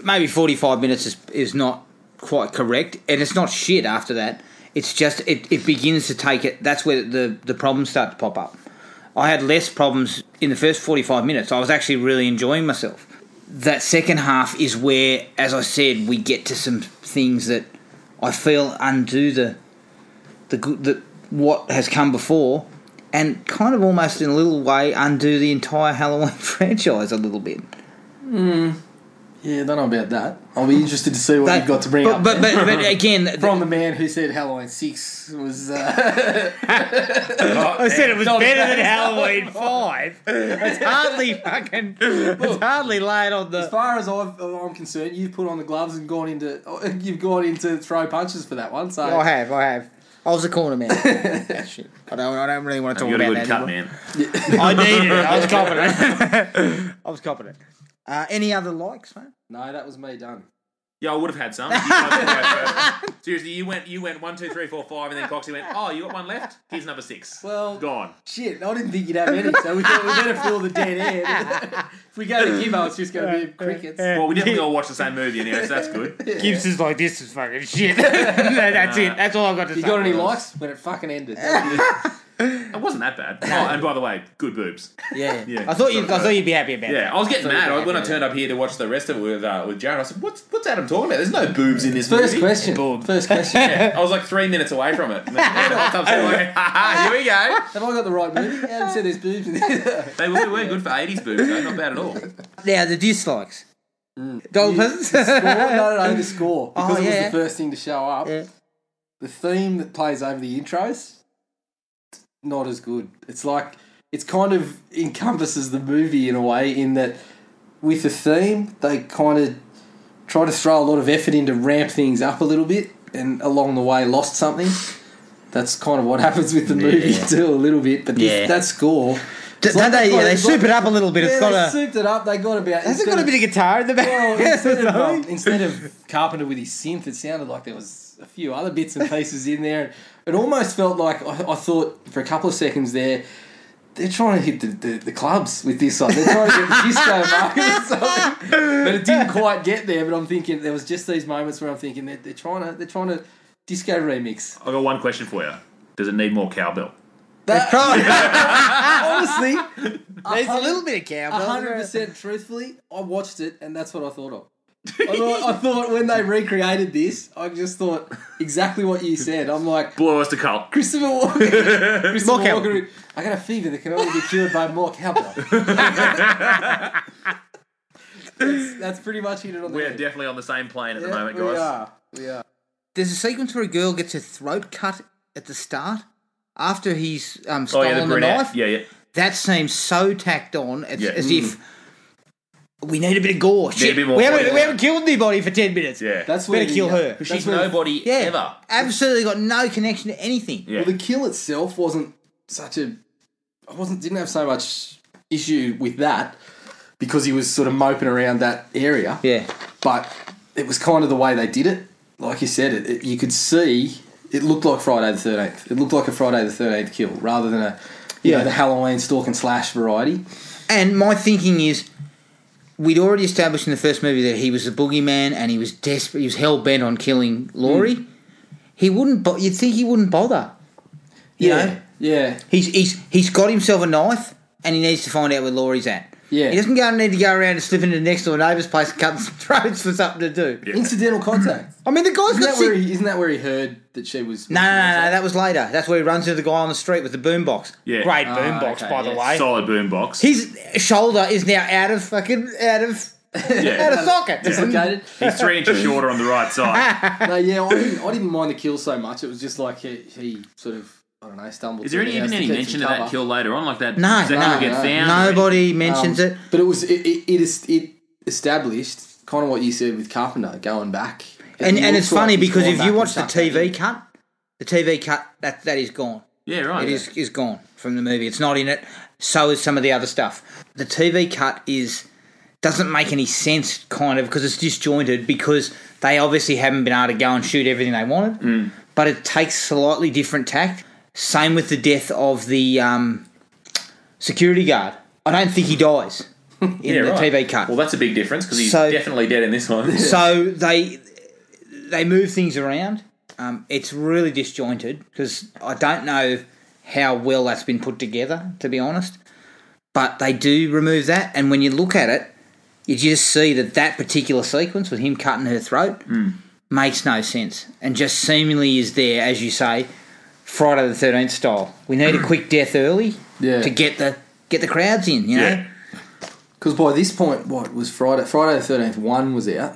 S1: maybe forty-five minutes is is not quite correct, and it's not shit after that. It's just it, it begins to take it. That's where the the problems start to pop up. I had less problems in the first forty-five minutes. I was actually really enjoying myself. That second half is where, as I said, we get to some things that I feel undo the the good that what has come before, and kind of almost in a little way undo the entire Halloween franchise a little bit.
S3: Yeah, don't know about that. I'll be interested to see what
S1: That-
S3: you've got to bring
S1: but,
S3: up.
S1: But,
S3: then.
S1: but, but again,
S3: from the man who said Halloween 6 was. Uh,
S1: I said it was better
S3: bad.
S1: than Halloween Five. It's hardly fucking. It's hardly laid on
S3: as
S1: the.
S3: far as I've, I'm concerned, you've put on the gloves and gone into. oh, You've gone into throw punches for that one, so.
S1: I have, I have. I was a corner man. Ah, shit. I don't, I don't really want to talk
S2: You got a
S1: about
S2: good
S1: that.
S2: cut, man.
S1: I needed it. I was confident. I was confident. Uh, any other likes, man?
S3: No, that was me done.
S2: Yeah, I would have had some. You guys go first. Seriously, you went you went one, two, three, four, five, and then Coxie went, Oh, you got one left? Here's another six.
S3: Well-
S2: gone.
S3: Shit, I didn't think you'd have any, so we thought we better fill the dead air. if we go to Gimbo, it's just going to be crickets.
S2: Well, we definitely all watched the same movie anyway, so that's good.
S1: Gibson's like, this is fucking shit. that's it. That's all I've got to
S3: You got any likes when it fucking ended?
S2: It wasn't that bad. Oh, and by the way, good boobs.
S1: Yeah.
S2: Yeah,
S1: I thought
S2: it's
S1: you.
S2: not
S1: I
S2: bad.
S1: thought you'd be happy about
S2: Yeah, I was getting
S1: Sorry,
S2: mad I, when I
S1: yeah.
S2: turned up here to watch the rest of it with uh, with Jared. I said, "What's what's Adam talking about? There's no boobs in this
S3: First
S2: movie."
S3: question. First question.
S2: Yeah, I was like three minutes away from it. And then, I was like, "Ha ha, Here we go.
S3: Have I got the right movie? Adam said there's boobs in there.
S2: They were, were good for '80s boobs, though. Not bad at all.
S1: it. Now the dislikes. Dollar
S3: Score?
S1: presents.
S3: No, no, no, the score.
S1: Oh,
S3: Because it was
S1: yeah.
S3: the first thing to show up.
S1: Yeah.
S3: The theme that plays over the intros, not as good. It's like, it's kind of encompasses the movie in a way, in that with the theme, they kind of try to throw a lot of effort into ramp things up a little bit, and along the way lost something. That's kind of what happens with the movie too, a little bit. But this,
S1: Yeah.
S3: that score,
S1: D-
S3: It's like
S1: don't they,
S3: they've
S1: yeah,
S3: got-
S1: they
S3: it's
S1: soup
S3: like-
S1: it up a little bit.
S3: yeah,
S1: It's
S3: they
S1: got a.
S3: souped it up. They got about.
S1: Has it
S3: instead
S1: got a
S3: of-
S1: bit of guitar in the back?
S3: well, instead, of, um,
S1: Sorry.
S3: instead of Carpenter with his synth, it sounded like there was a few other bits and pieces in there. It almost felt like I, I thought for a couple of seconds there, they're trying to hit the, the, the clubs with this one. They're trying to get the disco market or something, but it didn't quite get there. But I'm thinking there was just these moments where I'm thinking they're, they're trying to they're trying to disco remix.
S2: I got one question for you. Does it need more cowbell?
S3: That
S1: Probably.
S3: honestly,
S1: There's a little bit of cowbell.
S3: hundred percent truthfully, I watched it and that's what I thought of. I thought, I thought when they recreated this, I just thought exactly what you said. I'm like
S2: Blow us to cult.
S3: Christopher Walker. Christopher
S1: More cowbell.
S3: Walker. I got a fever that can only be cured by more cowbell. that's, that's pretty much hit it on the
S2: We're
S3: head.
S2: definitely on the same plane at the
S3: Yeah,
S2: moment,
S3: We
S2: guys.
S3: are. We are.
S1: There's a sequence where a girl gets her throat cut at the start after he's um,
S2: Oh
S1: stolen
S2: yeah, the
S1: the,
S2: brunette.
S1: knife.
S2: Yeah, yeah.
S1: That seems so tacked on. It's
S2: Yeah.
S1: as
S2: Mm.
S1: if we need a bit of gore. Shit.
S2: bit more
S1: we, haven't,
S2: gore,
S1: we
S2: yeah.
S1: haven't killed anybody for 10 minutes.
S2: Yeah.
S3: That's
S1: Better
S3: where the,
S1: kill
S3: uh,
S1: her.
S2: Because
S3: that's
S2: she's
S3: where-
S2: nobody
S1: Yeah.
S2: ever.
S1: Absolutely got no connection to anything.
S2: Yeah.
S3: Well, the kill itself wasn't such a. I wasn't didn't have so much issue with that because he was sort of moping around that area.
S1: Yeah.
S3: But it was kind of the way they did it. Like you said, it, it you could see it looked like Friday the Thirteenth. It looked like a Friday the Thirteenth kill rather than a you
S1: Yeah.
S3: know the Halloween stalk and slash variety.
S1: And my thinking is, we'd already established in the first movie that he was a boogeyman and he was desperate. He was hell bent on killing Laurie.
S3: Hmm.
S1: He wouldn't. Bo- you'd think he wouldn't bother. You know,
S3: yeah,
S1: he's he's he's got himself a knife and he needs to find out where Laurie's at.
S3: Yeah.
S1: he doesn't go need to go around and slip into the next door neighbour's place and cut some throats for something to do.
S3: incidental contact.
S1: I mean, the guy's
S3: Isn't
S1: got
S3: that,
S1: sick.
S3: where he, isn't that where he heard that she was?
S1: no, no, no, no, that was later. That's where he runs into the guy on the street with the boombox.
S2: Yeah.
S1: Great
S3: Ah,
S1: boombox,
S3: okay,
S1: by the
S3: yeah.
S1: way.
S2: Solid boombox.
S1: His shoulder is now out of fucking out of out of
S2: yeah.
S1: socket.
S3: Dislocated.
S2: He's three inches shorter on the right side.
S3: no, yeah, I didn't, I didn't mind the kill so much. It was just like he, he sort of, I don't know, stumbled.
S2: Is there
S3: through
S2: any,
S3: the
S2: even
S3: house to
S2: any
S3: get
S2: mention
S3: some
S2: of that
S3: cover.
S2: kill later on? Like that?
S1: No,
S2: does that
S1: no,
S2: never get
S3: no.
S2: found?
S1: Nobody mentions
S3: Um,
S1: it.
S3: But it was it it, it, is, it established kind of what you said with Carpenter going back. It
S1: And and
S3: looks
S1: it's funny
S3: like he's
S1: because
S3: gone
S1: if you
S3: back
S1: watch the
S3: and stuck that
S1: TV
S3: in.
S1: cut, the TV cut that that is gone.
S2: Yeah, right.
S1: It is is gone from the movie. It's not in it. So is some of the other stuff. The TV cut is doesn't make any sense, kind of, because it's disjointed. Because they obviously haven't been able to go and shoot everything they wanted.
S2: Mm.
S1: But it takes slightly different tact. Same with the death of the um, security guard. I don't think he dies in
S2: Yeah,
S1: the
S2: right.
S1: TV cut.
S2: Well, that's a big difference because he's
S1: So-
S2: definitely dead in this one.
S1: so they they move things around. Um, it's really disjointed because I don't know how well that's been put together, to be honest. But they do remove that, and when you look at it, you just see that that particular sequence with him cutting her throat
S3: Hmm.
S1: makes no sense, and just seemingly is there, as you say, Friday the Thirteenth style. We need a quick death early
S3: Yeah.
S1: to get the get the crowds in, you know.
S2: yeah.
S3: Because by this point, what was Friday? Friday the Thirteenth one was out,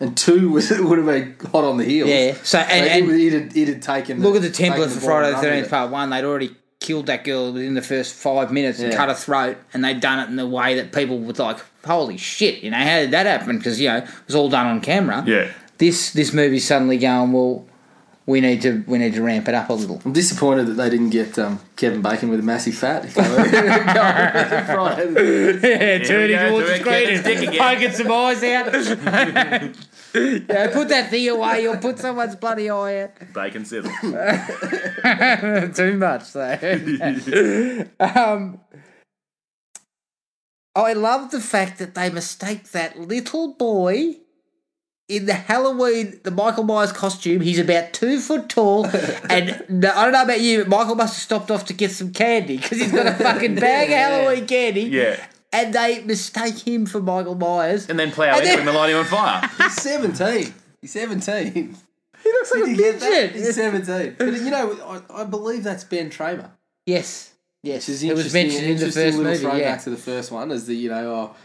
S3: and two was it would have been hot on the heels.
S1: Yeah, so- and-
S3: it
S1: and-
S3: was- it, had, it had taken.
S1: Look at the template
S3: taken
S1: for
S3: ball and
S1: Friday the
S3: run with
S1: Thirteenth
S3: it.
S1: Part One. They'd already killed that girl within the first five minutes and
S3: Yeah.
S1: cut her throat, and they'd done it in the way that people would like, "Holy shit!" You know, how did that happen? Because you know it was all done on camera.
S2: Yeah.
S1: This this movie's suddenly going well. We need to we need to ramp it up a little.
S3: I'm disappointed that they didn't get um, Kevin Bacon with a massive fat. If they were going with Friday the 13th.
S1: yeah,
S2: turn it go, towards do it, the screen get his and dick again. poking
S1: some eyes out. yeah, put that thing away. You'll put someone's bloody eye out.
S2: Bacon sizzle.
S1: too much though. um, I love the fact that they mistake that little boy in the Halloween, the Michael Myers costume. He's about two foot tall, and no, I don't know about you, but Michael must have stopped off to get some candy because he's got a fucking bag of Halloween candy.
S2: Yeah.
S1: And they mistake him for Michael Myers.
S2: And then plow
S1: And
S2: into
S1: then-
S2: him and light him on fire.
S3: He's 17. He's 17.
S1: He looks like
S3: Did you get that?
S1: midget.
S3: He's 17. But you know, I, I believe that's Ben Tramer.
S1: Yes.
S3: Yes, it's
S1: it was mentioned in the first
S3: little
S1: movie,
S3: throwback
S1: yeah.
S3: to the first one, as the you know, oh,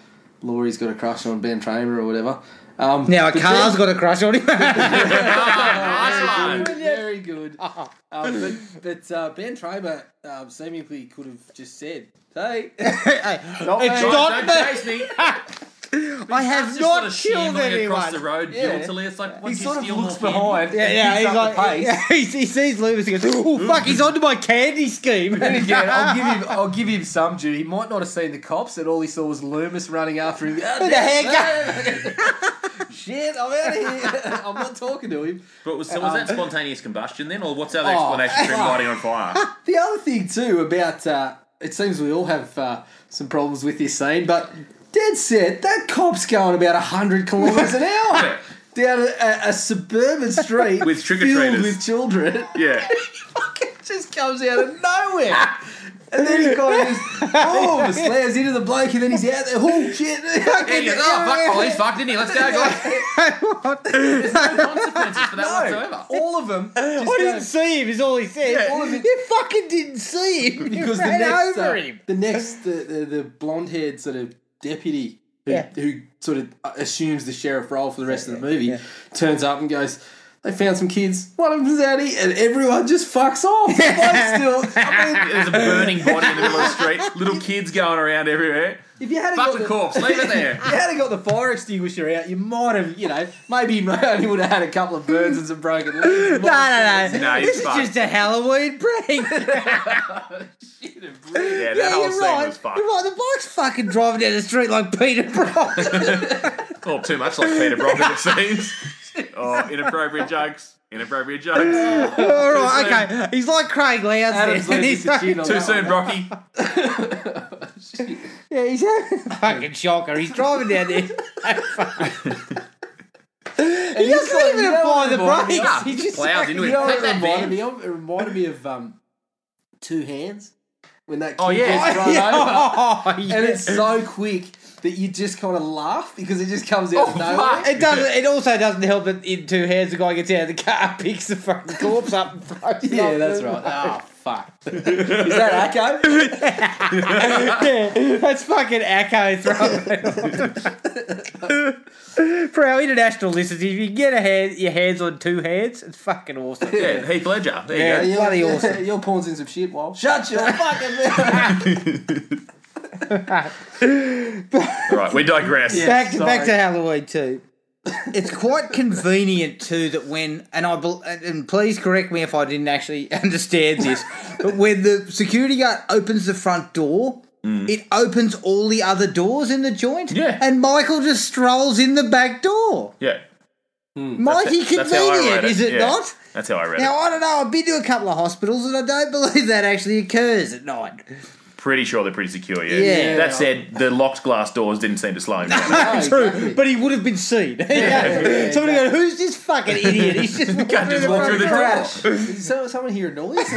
S3: Laurie's got a crush on Ben Tramer or whatever. Um,
S1: Now a
S3: but
S1: car's got a crush on him.
S3: Ben-
S2: nice one.
S3: very, good. um, but but uh, Ben Tramer um, seemingly could have just said, "Hey,
S1: Hey, it's
S3: me.
S1: not
S2: Don't
S1: me.
S2: chase me.
S1: I have
S2: Just got
S1: not
S2: a sham
S1: killed
S2: running across
S1: anyone.
S2: the road
S3: Yeah.
S2: guiltily. It's like
S3: he
S2: once you
S3: sort of
S2: steal
S3: looks
S2: more
S3: behind.
S1: Yeah, yeah,
S3: picks
S1: he's like,
S3: up the pace.
S1: yeah, he, he sees Loomis and goes, "Oh fuck, he's onto my candy scheme."
S3: yeah, I'll give him. I'll give him some due. He might not have seen the cops, and all he saw was Loomis running after him. Ah,
S1: Who the heck?
S3: Shit! I'm out of here. I'm not talking to him.
S2: But was, so was
S1: Um,
S2: that spontaneous combustion then, or what's
S1: Oh.
S2: our explanation for him
S3: fuck.
S2: lighting on fire?
S3: The other thing too about uh, it seems we all have uh, some problems with this scene, but dead set that cop's going about hundred kilometres an hour down a, a, a suburban street
S2: With trick-or-treaters.
S3: filled with children.
S2: Yeah.
S3: Fucking just comes out of nowhere. And then he kind of just boom, slams into oh, the bloke, and then he's out there. Oh shit!
S2: And he goes, oh, fuck, police, fuck, didn't he? Let's go, guys. Consequences for that
S3: no,
S2: whatsoever.
S3: all of them. Just
S1: I
S3: go-
S1: didn't see him. Is all he said.
S2: Yeah.
S3: All of it-
S1: You fucking didn't see him. You
S3: because the
S1: ran
S3: next,
S1: over
S3: uh,
S1: him.
S3: the next, the the, the blonde haired sort of deputy who,
S1: Yeah.
S3: who sort of uh, assumes the sheriff role for the rest of the movie turns up and goes. They found some kids. One of them's out here, and everyone just fucks off. Like, still, I mean,
S2: There's a burning body in the middle of the street. Little kids going around everywhere.
S3: If you hadn't
S2: Fuck
S3: got
S2: the
S3: the
S2: corpse, leave it there.
S3: if you hadn't got the fire extinguisher out, you might have, you know, maybe you only would have had a couple of birds and some broken legs.
S1: No, no, no.
S2: No, you're
S1: this is
S2: fucked.
S1: just a Halloween prank.
S2: Yeah, that
S1: yeah,
S2: whole
S1: you're
S2: scene
S1: right.
S2: was fucked.
S1: You're right. The bloke's fucking driving down the street like Peter Brock.
S2: Well, too much like Peter Brogan, it seems. Oh, inappropriate jokes. Inappropriate jokes.
S1: All right,
S2: Too soon.
S1: okay. He's like Craig Lowndes.
S3: Adam's
S1: then.
S3: losing
S1: He's
S3: his chin
S1: fucking,
S3: on
S2: Too
S3: that
S2: soon, Brocky.
S3: one.
S1: yeah, he's fucking shocker. He's driving down there.
S3: And
S1: He doesn't even apply the brakes.
S2: Nah,
S1: He
S2: he
S1: just
S2: just plows into
S3: You
S2: it.
S3: know what
S2: Take
S3: it
S2: that
S3: reminded
S2: van.
S3: me of? It reminded me of um, Two Hands when that kid
S2: Oh, yeah.
S3: gets run
S1: Yeah.
S3: over.
S1: Oh, yeah.
S3: and it's so quick that you just kind of laugh because it just comes out
S2: Oh,
S3: of nowhere.
S2: fuck.
S1: It doesn't. It also doesn't help that in two hands the guy gets out of the car, picks the fucking corpse up, and throws it
S3: Yeah,
S1: up
S3: that's
S1: the-
S3: right. Ah, fuck. Is that Acco?
S1: yeah, that's fucking echo throwing. For our international listeners, if you can get a hand, your hands on two hands, it's fucking awesome.
S2: Yeah, Heath Ledger. There
S1: Yeah.
S2: you go.
S3: You're-
S1: bloody
S3: you're-
S1: awesome.
S3: You're pawns in some shit, while shut your fucking mouth.
S2: Right, we digress.
S1: back to,
S3: Sorry.
S1: back to Halloween too. It's quite convenient too that when and I bel- and and please correct me if I didn't actually understand this, but when the security guard opens the front door, it opens all the other doors in the joint.
S2: Mm. Yeah.
S1: and Michael just strolls in the back door.
S2: Yeah.
S1: Mighty
S2: That's how I read
S1: convenient, is it
S2: Yeah.
S1: not?
S2: That's how I read
S1: Now
S2: it.
S1: I don't know. I've been to a couple of hospitals, and I don't believe that actually occurs at night.
S2: Pretty sure they're pretty secure, yeah.
S1: Yeah.
S2: That said, the locked glass doors didn't seem to slow him down.
S1: True,
S3: exactly.
S1: but he would have been seen. Somebody
S3: exactly.
S1: go, "Who's this fucking idiot? He's just walking
S2: just
S1: through
S2: walk through
S1: the
S2: the
S1: front door."
S2: door.
S3: Crash. Is so- someone hear a noise?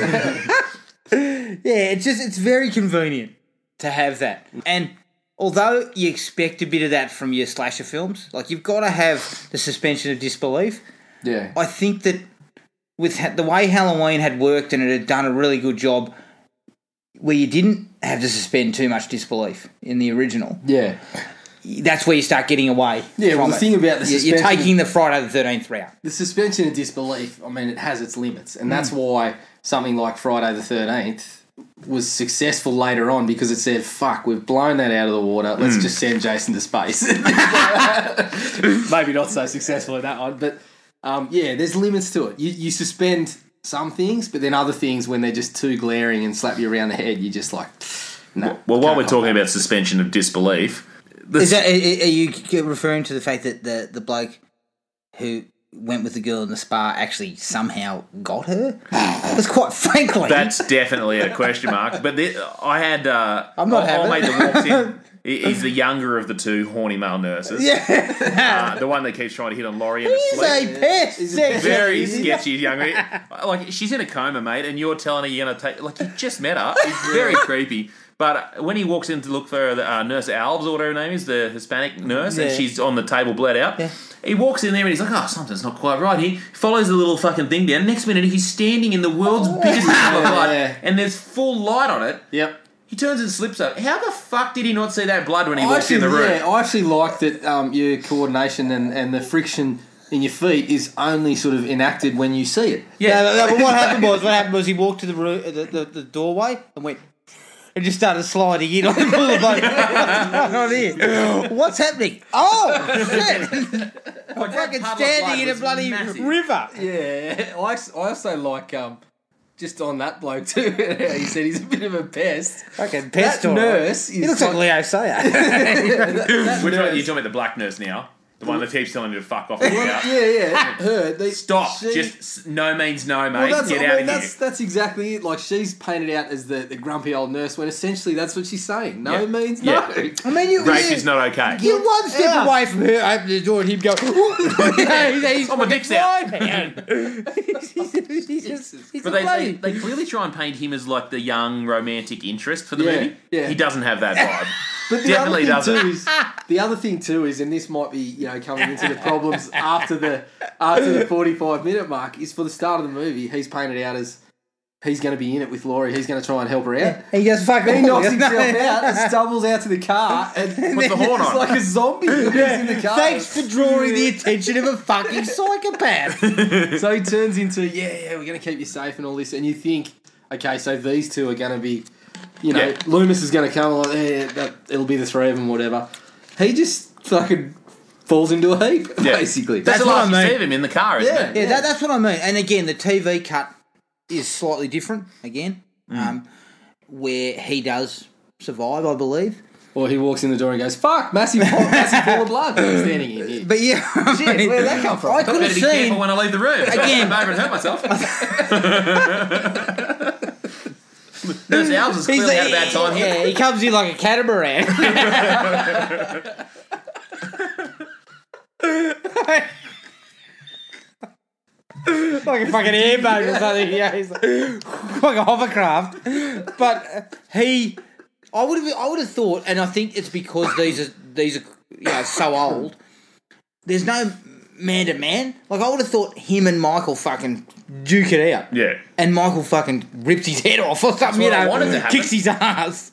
S1: Yeah, it's just it's very convenient to have that. And although you expect a bit of that from your slasher films, like you've got to have the suspension of disbelief.
S3: yeah.
S1: I think that with ha- the way Halloween had worked and it had done a really good job, where you didn't have to suspend too much disbelief in the original,
S3: Yeah.
S1: that's where you start getting away.
S3: Yeah, well,
S1: from
S3: the
S1: it.
S3: thing about the
S1: You- you're
S3: suspension-
S1: taking the Friday the Thirteenth route.
S3: The suspension of disbelief, I mean, it has its limits. And that's why something like Friday the 13th was successful later on because it said, fuck, we've blown that out of the water. Let's just send Jason to space. Maybe not so successful in that one, but um, yeah, there's limits to it. You, you suspend some things, but then other things, when they're just too glaring and slap you around the head, you just like, no.
S2: Well, while
S3: can't
S2: we're
S3: help
S2: talking about suspension of disbelief, the
S1: Is that are are you referring to the fact that the the bloke who went with the girl in the spa actually somehow got her? Because quite frankly,
S2: That's definitely a question mark. But the, I had uh,
S1: I'm not
S2: I, I
S1: having
S2: made the walks in. He- He's the younger of the two horny male nurses.
S1: yeah,
S2: Uh, the one that keeps trying to hit on Laurie in his
S1: he's
S2: sleep.
S1: a pest
S3: He's a
S1: section.
S2: Very sketchy young man. Like she's in a coma, mate, and you're telling her you're gonna take. Like you just met her. It's very creepy. But uh, when he walks in to look for the uh, nurse Alves or whatever her name is, the Hispanic nurse, and
S1: Yeah.
S2: she's on the table bled out.
S1: Yeah.
S2: He walks in there and he's like, "Oh, something's not quite right." He follows the little fucking thing down. Next minute, he's standing in the world's biggest pile of blood,
S3: Yeah.
S2: and there's full light on it.
S3: Yep.
S2: He turns and slips up. How the fuck did he not see that blood when he
S3: I
S2: walked in the room?
S3: Yeah, I actually like that um, your coordination and, and the friction in your feet is only sort of enacted when you see it.
S1: Yeah, no, no, but what happened was what happened was he walked to the room, the, the, the doorway and went and just started sliding in on the pool of blood. What's going on here? What's happening? Oh shit!
S2: Like,
S1: Fucking
S2: that puddle of blood
S1: standing in a
S2: was
S1: bloody
S2: massive.
S1: river.
S3: Yeah, I, I also like um, just on that bloke too. he said he's a bit of a pest.
S1: Fucking pest
S3: that
S1: Oh, all right.
S3: nurse
S1: He
S3: is
S1: looks like
S3: like-
S1: Leo Sayer.
S2: Which one? You're talking about the black nurse now, the one that keeps telling you to fuck off. and get out.
S3: yeah, yeah. Her. They,
S2: Stop.
S3: she-
S2: Just s- no means no, mate.
S3: Well, that's,
S2: Get
S3: I
S2: out
S3: mean,
S2: of
S3: that's,
S2: here.
S3: that's exactly it. Like she's painted out as the, the grumpy old nurse when essentially that's what she's saying. No
S2: Yeah.
S3: means
S2: Yeah.
S3: no.
S1: I mean, you,
S2: Rape
S1: you-
S2: is not okay.
S1: You're one step
S3: Yeah.
S1: away from her opening the door and him going, he's, he's
S2: Oh, my dick's out.
S1: he's, he's, he's, he's
S2: But
S1: a
S2: they,
S1: bloody-
S2: they, they clearly try and paint him as like the young romantic interest for the
S3: Yeah,
S2: movie.
S3: yeah.
S2: He doesn't have that vibe.
S3: But the
S2: Definitely
S3: other thing
S2: doesn't.
S3: Too is, the other thing too is, and this might be you know coming into the problems after the after the forty five minute mark is for the start of the movie. He's painted out as he's going to be in it with Laurie. He's going to try and help her out.
S1: He just fucking
S3: He knocks himself out and stumbles out to the car and
S2: With the horn
S3: it's
S2: on.
S3: like a zombie yeah. in the car.
S1: Thanks for drawing the attention of a fucking psychopath.
S3: So he turns into yeah, yeah, we're going to keep you safe and all this, and you think, okay, so these two are going to be you know,
S2: Yeah.
S3: Loomis is going to come. Like, eh, that, it'll be the three of them, whatever. He just fucking falls into a heap,
S2: Yeah.
S3: basically.
S2: That's,
S1: That's
S2: the
S1: what
S2: last
S1: I mean.
S2: you see of him in the car, isn't
S3: Yeah.
S2: it?
S1: Yeah, That, that's what I mean. And again, the TV cut is slightly different. Again,
S3: Mm.
S1: um, where he does survive, I believe.
S3: or he walks in the door and goes, "Fuck, massive, ball- massive ball of blood standing in here."
S1: But yeah, I mean,
S3: where'd that come from?
S1: I could have
S2: Better be careful
S1: seen.
S2: when I leave the room.
S1: Again.
S2: I hurt myself. Those owls is clearly had a bad time here.
S1: yeah, he comes in like a catamaran. like a fucking airboat or something. Yeah, he's like, like a hovercraft. But uh, he, I would have, I would have thought, and I think it's because these are these are you know so old. There's no man to man. Like I would have thought him and Michael fucking duke it out.
S2: Yeah.
S1: And Michael fucking rips his head off or something. You
S2: what I
S1: know,
S2: wanted to happen.
S1: kicks his ass.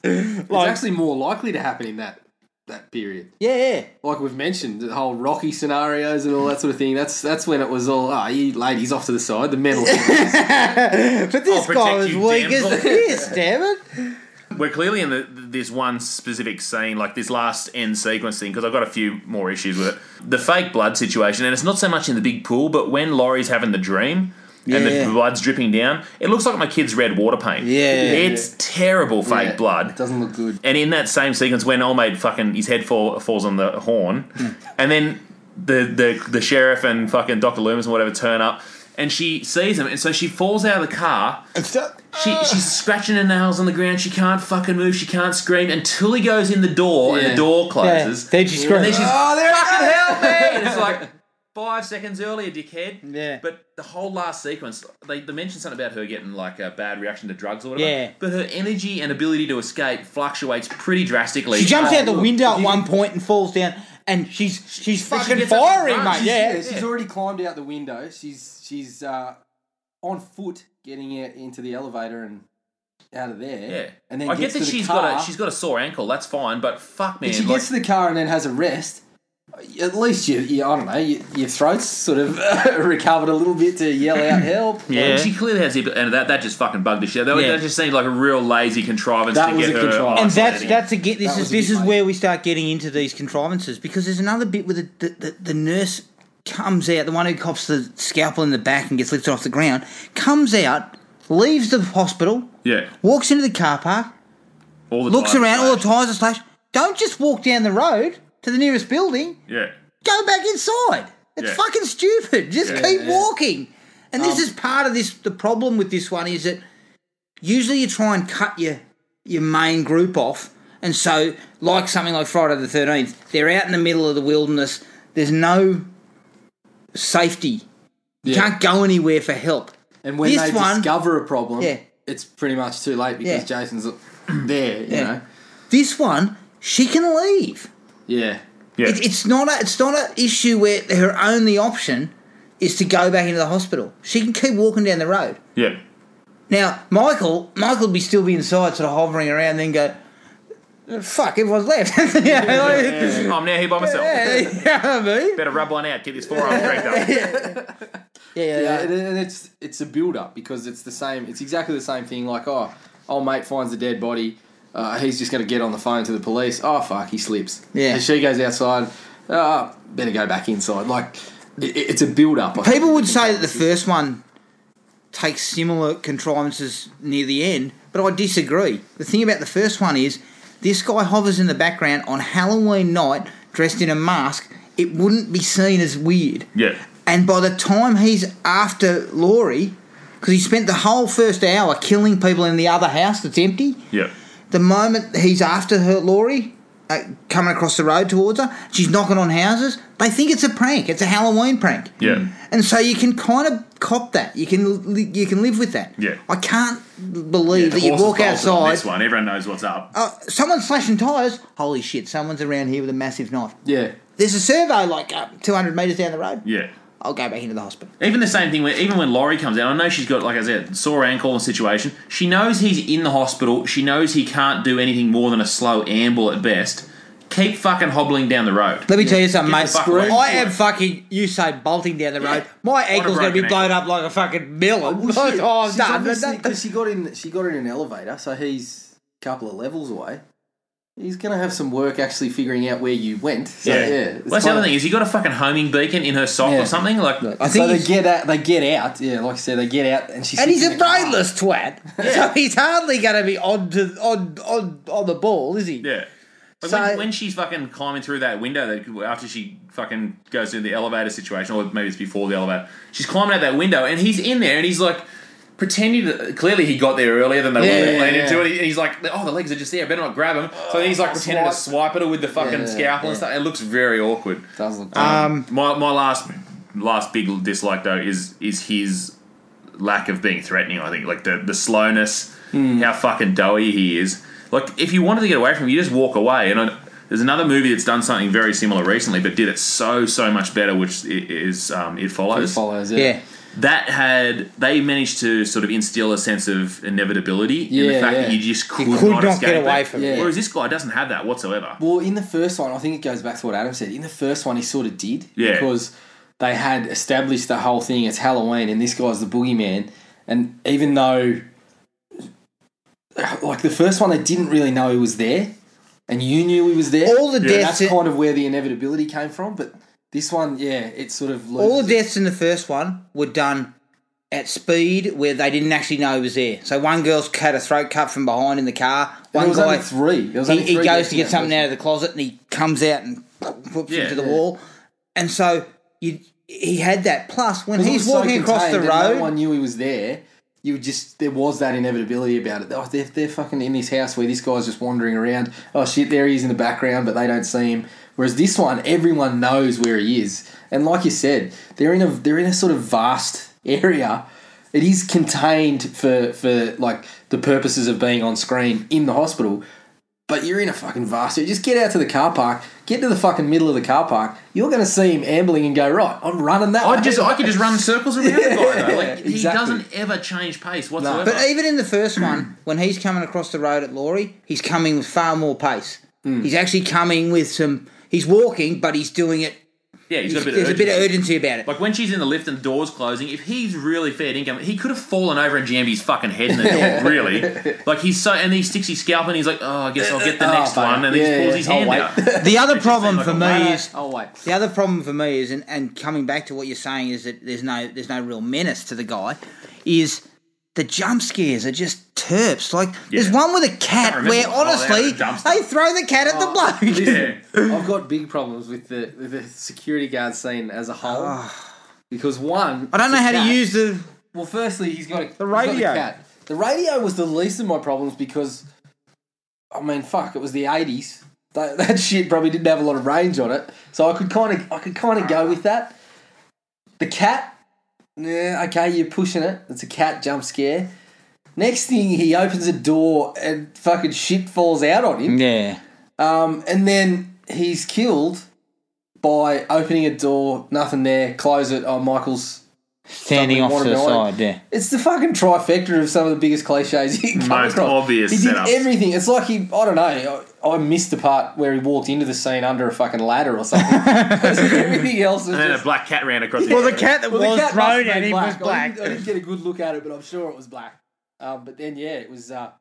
S3: It's
S1: Like,
S3: actually more likely to happen in that that period.
S1: yeah, yeah.
S3: Like we've mentioned, the whole Rocky scenarios and all that sort of thing. That's that's when it was all, ah, you ladies off to the side, the mental.
S1: But this guy
S2: protect
S1: was
S2: you,
S1: weak
S2: damsel.
S1: as this, damn it.
S2: We're clearly in the, this one specific scene, like this last end sequence thing, because I've got a few more issues with it. The fake blood situation, and it's not so much in the big pool, but when Laurie's having the dream and
S1: Yeah.
S2: the blood's dripping down, it looks like my kid's red water paint.
S1: Yeah.
S2: It's terrible fake
S3: Yeah,
S2: blood.
S3: It doesn't look good.
S2: And in that same sequence, when Olmade fucking his head fall, falls on the horn,
S1: Hmm.
S2: and then the, the the sheriff and fucking Doctor Loomis and whatever turn up, and she sees him, and so she falls out of the car. She
S3: Ah.
S2: she's scratching her nails on the ground. She can't fucking move. She can't scream until he goes in the door and
S3: Yeah.
S2: the door closes.
S1: Yeah. Then she
S2: and then
S1: screams.
S2: she's
S3: Oh, there
S2: fucking help me! And it's like. Five seconds earlier, dickhead.
S1: Yeah.
S2: But the whole last sequence, they, they mentioned something about her getting like a bad reaction to drugs or whatever.
S1: Yeah.
S2: But her energy and ability to escape fluctuates pretty drastically.
S1: She jumps out the
S2: Oh,
S3: look,
S1: window at
S3: you-
S1: one point and falls down, and she's she's
S2: But she
S1: fucking
S2: gets up and
S1: firing,
S2: runs.
S1: mate. Yeah.
S3: she's already climbed out the window. She's she's uh, on foot getting out into the elevator and out of there.
S2: Yeah,
S3: and then
S2: I get
S3: gets
S2: that
S3: to the
S2: she's
S3: car.
S2: got a she's got a sore ankle. That's fine, but fuck, man,
S3: If she
S2: like,
S3: gets to the car and then has a rest, at least you, you I don't know, you, your throat's sort of recovered a little bit to yell out help.
S2: yeah. she clearly has, the- and that that just fucking bugged the shit. That,
S1: Yeah.
S2: that just seemed like a real lazy contrivance.
S3: That
S2: to
S3: was
S2: get
S3: a
S2: her
S3: contrivance.
S1: and
S2: isolated
S1: that's
S2: again.
S1: that's a get. This is
S3: That was a
S1: this
S3: bit
S1: is
S3: late.
S1: where we start getting into these contrivances because there's another bit where the the, the, the nurse comes out, the one who cops the scalpel in the back and gets lifted off the ground, comes out, leaves the hospital,
S2: yeah.
S1: walks into the car park,
S2: All the
S1: looks
S2: time.
S1: around, all the tires are slashed. Don't just walk down the road to the nearest building.
S2: Yeah,
S1: Go back inside. It's
S2: Yeah.
S1: fucking stupid. Just
S2: Yeah.
S1: keep
S3: Yeah.
S1: walking. And this
S3: Um,
S1: is part of this. The problem with this one is that usually you try and cut your your main group off, and so like something like Friday the Thirteenth, they're out in the middle of the wilderness. There's no safety. You
S3: Yeah.
S1: can't go anywhere for help.
S3: And when
S1: This
S3: they
S1: one-
S3: discover a problem,
S1: Yeah.
S3: it's pretty much too late because
S1: Yeah.
S3: Jason's there, you
S1: Yeah.
S3: know.
S1: This one, she can leave.
S3: Yeah.
S2: yeah.
S1: It, it's not a, it's not an issue where her only option is to go back into the hospital. She can keep walking down the road.
S2: yeah.
S1: Now Michael Michael would be still be inside, sort of hovering around, then go, "Fuck, everyone's left." you know, like-
S2: I'm now here by myself.
S1: yeah, you know what I mean?
S2: Better rub one out. Get this forearm cranked up.
S1: Yeah, yeah,
S3: Yeah,
S1: yeah.
S3: and- and it's it's a build up because it's the same. It's exactly the same thing. Like, oh, old mate finds a dead body. Uh, he's just going to get on the phone to the police. Oh fuck, he slips.
S1: Yeah.
S3: and she goes outside. Ah, better go back inside. Like, it, it's a build up.
S1: People would say that the first one takes similar contrivances near the end, but I disagree. The thing about the first one is this guy hovers in the background on Halloween night, dressed in a mask. It wouldn't be seen as weird.
S2: Yeah.
S1: And by the time he's after Laurie, because he spent the whole first hour killing people in the other house that's empty,
S2: Yeah.
S1: the moment he's after her, Laurie, uh, coming across the road towards her, she's knocking on houses. They think it's a prank. It's a Halloween prank.
S2: Yeah.
S1: And so you can kind of cop that. You can li- you can live with that.
S2: Yeah.
S1: I can't believe that you
S2: Horses
S1: walk
S2: bolted on
S1: outside.
S2: This one, everyone knows what's up.
S1: Uh, someone's slashing tires. Holy shit! Someone's around here with a massive knife.
S3: Yeah,
S1: There's a survey like uh, 200 meters down the road.
S2: yeah.
S1: I'll go back into the hospital.
S2: Even the same thing. When, even when Laurie comes out, I know she's got like I said, sore ankle and situation. She knows he's in the hospital. She knows he can't do anything more than a slow amble at best. Keep fucking hobbling down the road.
S1: Let me tell you something,
S2: Get
S1: mate.
S2: the fuck away.
S1: I am fucking you say bolting down the road. My ankle's gonna be
S2: broken
S1: blown up like a fucking melon.
S3: Well, she-
S1: Oh,
S3: she's
S1: no, no,
S3: obviously-
S1: no.
S3: 'cause she got in. She got in an elevator, so he's couple of levels away, he's going to have some work actually figuring out where you went. So, yeah.
S2: well, that's the other thing is you got a fucking homing beacon in her sock
S3: Yeah.
S2: or something like.
S1: I
S3: so
S1: think
S3: they
S1: he's-
S3: get out. They get out. Yeah, like I said, they get out, and she
S1: and
S3: sits
S1: he's a
S3: in the car.
S1: brainless twat, so he's hardly going to be on to on on on the ball, is he?
S2: Yeah. But
S1: So-
S2: when, when she's fucking climbing through that window, that after she fucking goes through the elevator situation, or maybe it's before the elevator, she's climbing out that window, and he's in there, and he's like pretending that clearly he got there earlier than they
S1: Yeah,
S2: were
S1: yeah,
S2: planning
S3: yeah.
S2: to, and he- and he's like, "Oh, the legs are just there. I better not grab him." So then he's like pretending to swipe at her with the fucking
S3: Yeah,
S2: scalpel
S3: yeah.
S2: and stuff. It looks very awkward.
S3: Does look
S1: Um,
S2: My my last last big dislike though is is his lack of being threatening. I think like the the slowness, how fucking doughy he is. Like if you wanted to get away from him, you just walk away. And I, there's another movie that's done something very similar recently, but did it so so much better, which i- is um, it
S3: it
S2: follows.
S3: follows. Yeah.
S1: yeah.
S2: That had they managed to sort of instill a sense of inevitability in the
S3: Yeah,
S2: fact
S3: yeah.
S2: that you just could,
S1: could
S2: not,
S1: not
S2: escape
S1: get away
S2: it.
S1: from
S3: it. Yeah.
S2: Whereas this guy doesn't have that whatsoever.
S3: Well, in the first one, I think it goes back to what Adam said. In the first one, he sort of did.
S2: Yeah.
S3: Because they had established the whole thing. It's Halloween, and this guy's the boogeyman. And even though, like the first one, they didn't really know he was there, and you knew he was there.
S1: All the
S3: And
S1: deaths,
S3: that's kind of where the inevitability came from. But this one, yeah, it sort of loses
S1: all the
S3: it.
S1: deaths in the first one were done at speed where they didn't actually know he was there. So one girl's had a throat cut from behind in the car.
S3: There
S1: One
S3: was
S1: guy
S3: only three. There was
S1: he,
S3: only
S1: he goes
S3: three deaths
S1: to
S3: in
S1: get
S3: that
S1: something
S3: first
S1: out of the closet and he comes out and whoops
S2: Yeah.
S1: into the wall. And so you, he had that. Plus, when
S3: Because it
S1: he's
S3: was so
S1: walking across the
S3: contained that
S1: road,
S3: No one knew he was there. You would just there was that inevitability about it. Oh, they're, they're fucking in this house where this guy's just wandering around. Oh shit, there he is in the background, but they don't see him. Whereas this one, everyone knows where he is, and like you said, they're in a they're in a sort of vast area. It is contained for for like the purposes of being on screen in the hospital, but you're in a fucking vast area. Just get out to the car park, get to the fucking middle of the car park. You're going to see him ambling and go right. I'm running that.
S2: I
S3: way."
S2: just I could just run circles around the guy. Though. Like he
S3: exactly.
S2: doesn't ever change pace whatsoever.
S1: But even in the first one, when he's coming across the road at Laurie, he's coming with far more pace.
S2: Hmm.
S1: He's actually coming with some. He's walking, but he's doing it.
S2: yeah, he's got a bit of
S1: there's a bit of
S2: urgency.
S1: urgency about it.
S2: Like when she's in the lift and the door's closing, if he's really fair income, he could have fallen over and jammed his fucking head in the door, really. Like he's so, and he sticks his scalp and he's like, oh, I guess I'll get the
S3: Oh,
S2: next
S3: fuck.
S2: one, and he
S3: Yeah,
S2: just pulls
S3: yeah.
S2: his
S3: I'll
S2: hand
S3: wait.
S2: out.
S1: The other
S2: It just seems
S1: problem
S2: like
S1: for
S2: a
S1: me
S2: waste.
S1: is
S3: Oh wait.
S1: the other problem for me is, and, and coming back to what you're saying is that there's no there's no real menace to the guy. Is the jump scares are just terps. Like there's
S2: Yeah.
S1: one with a cat
S2: remember
S1: where
S2: what- oh, they had
S1: honestly
S2: a dumpster.
S1: they throw the cat
S3: Oh,
S1: at the bloke.
S2: Yeah.
S3: I've got big problems with the with the security guard scene as a whole. Because one,
S1: Ah. I don't know
S3: it's a
S1: how to
S3: cat.
S1: use the.
S3: Well, firstly, he's got a, the
S1: radio.
S3: cat. The radio was the least of my problems because, I mean, fuck, it was the eighties. That, that shit probably didn't have a lot of range on it, so I could kind of I could kind of go with that. The cat, yeah, okay, you're pushing it. It's a cat jump scare. Next thing, he opens a door and fucking shit falls out on him.
S1: Yeah.
S3: Um, and then he's killed by opening a door, nothing there, close it. Oh, Michael's.
S1: Standing
S3: Something watermelon.
S1: yeah.
S3: It's the fucking trifecta of some of the biggest cliches you can come
S2: Most
S3: across.
S2: obvious
S3: He did
S2: setups.
S3: everything. It's like he, I don't know, I, I missed the part where he walked into the scene under a fucking ladder or something. 'Cause everything else was
S2: And then a
S3: just.
S2: black cat ran across.
S1: Well,
S2: his
S1: the cat that
S3: Well, the
S1: was
S3: cat must have
S1: thrown
S3: been
S1: at him was
S3: I
S1: black.
S3: didn't, I didn't get a good look at it, but I'm sure it was black. Um, but then, yeah, it was. Uh,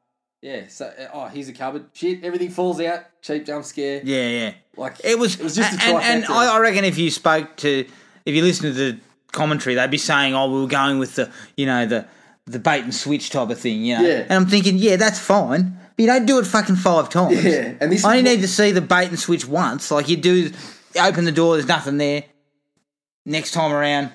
S3: yeah, so, uh, oh, here's a cupboard. Shit, everything falls out. Cheap jump scare.
S1: Yeah, yeah.
S3: Like,
S1: It was.
S3: It was just a
S1: and, and
S3: trifecta.
S1: I I reckon if you spoke to, if you listened to the commentary, they'd be saying, "Oh, we were going with the, you know, the the bait and switch type of thing." You know?
S3: Yeah.
S1: And I'm thinking, yeah, that's fine, but you don't do it fucking five times.
S3: Yeah, and this
S1: I only
S3: is what-
S1: need to see the bait and switch once. Like you do, you open the door, there's nothing there. Next time around.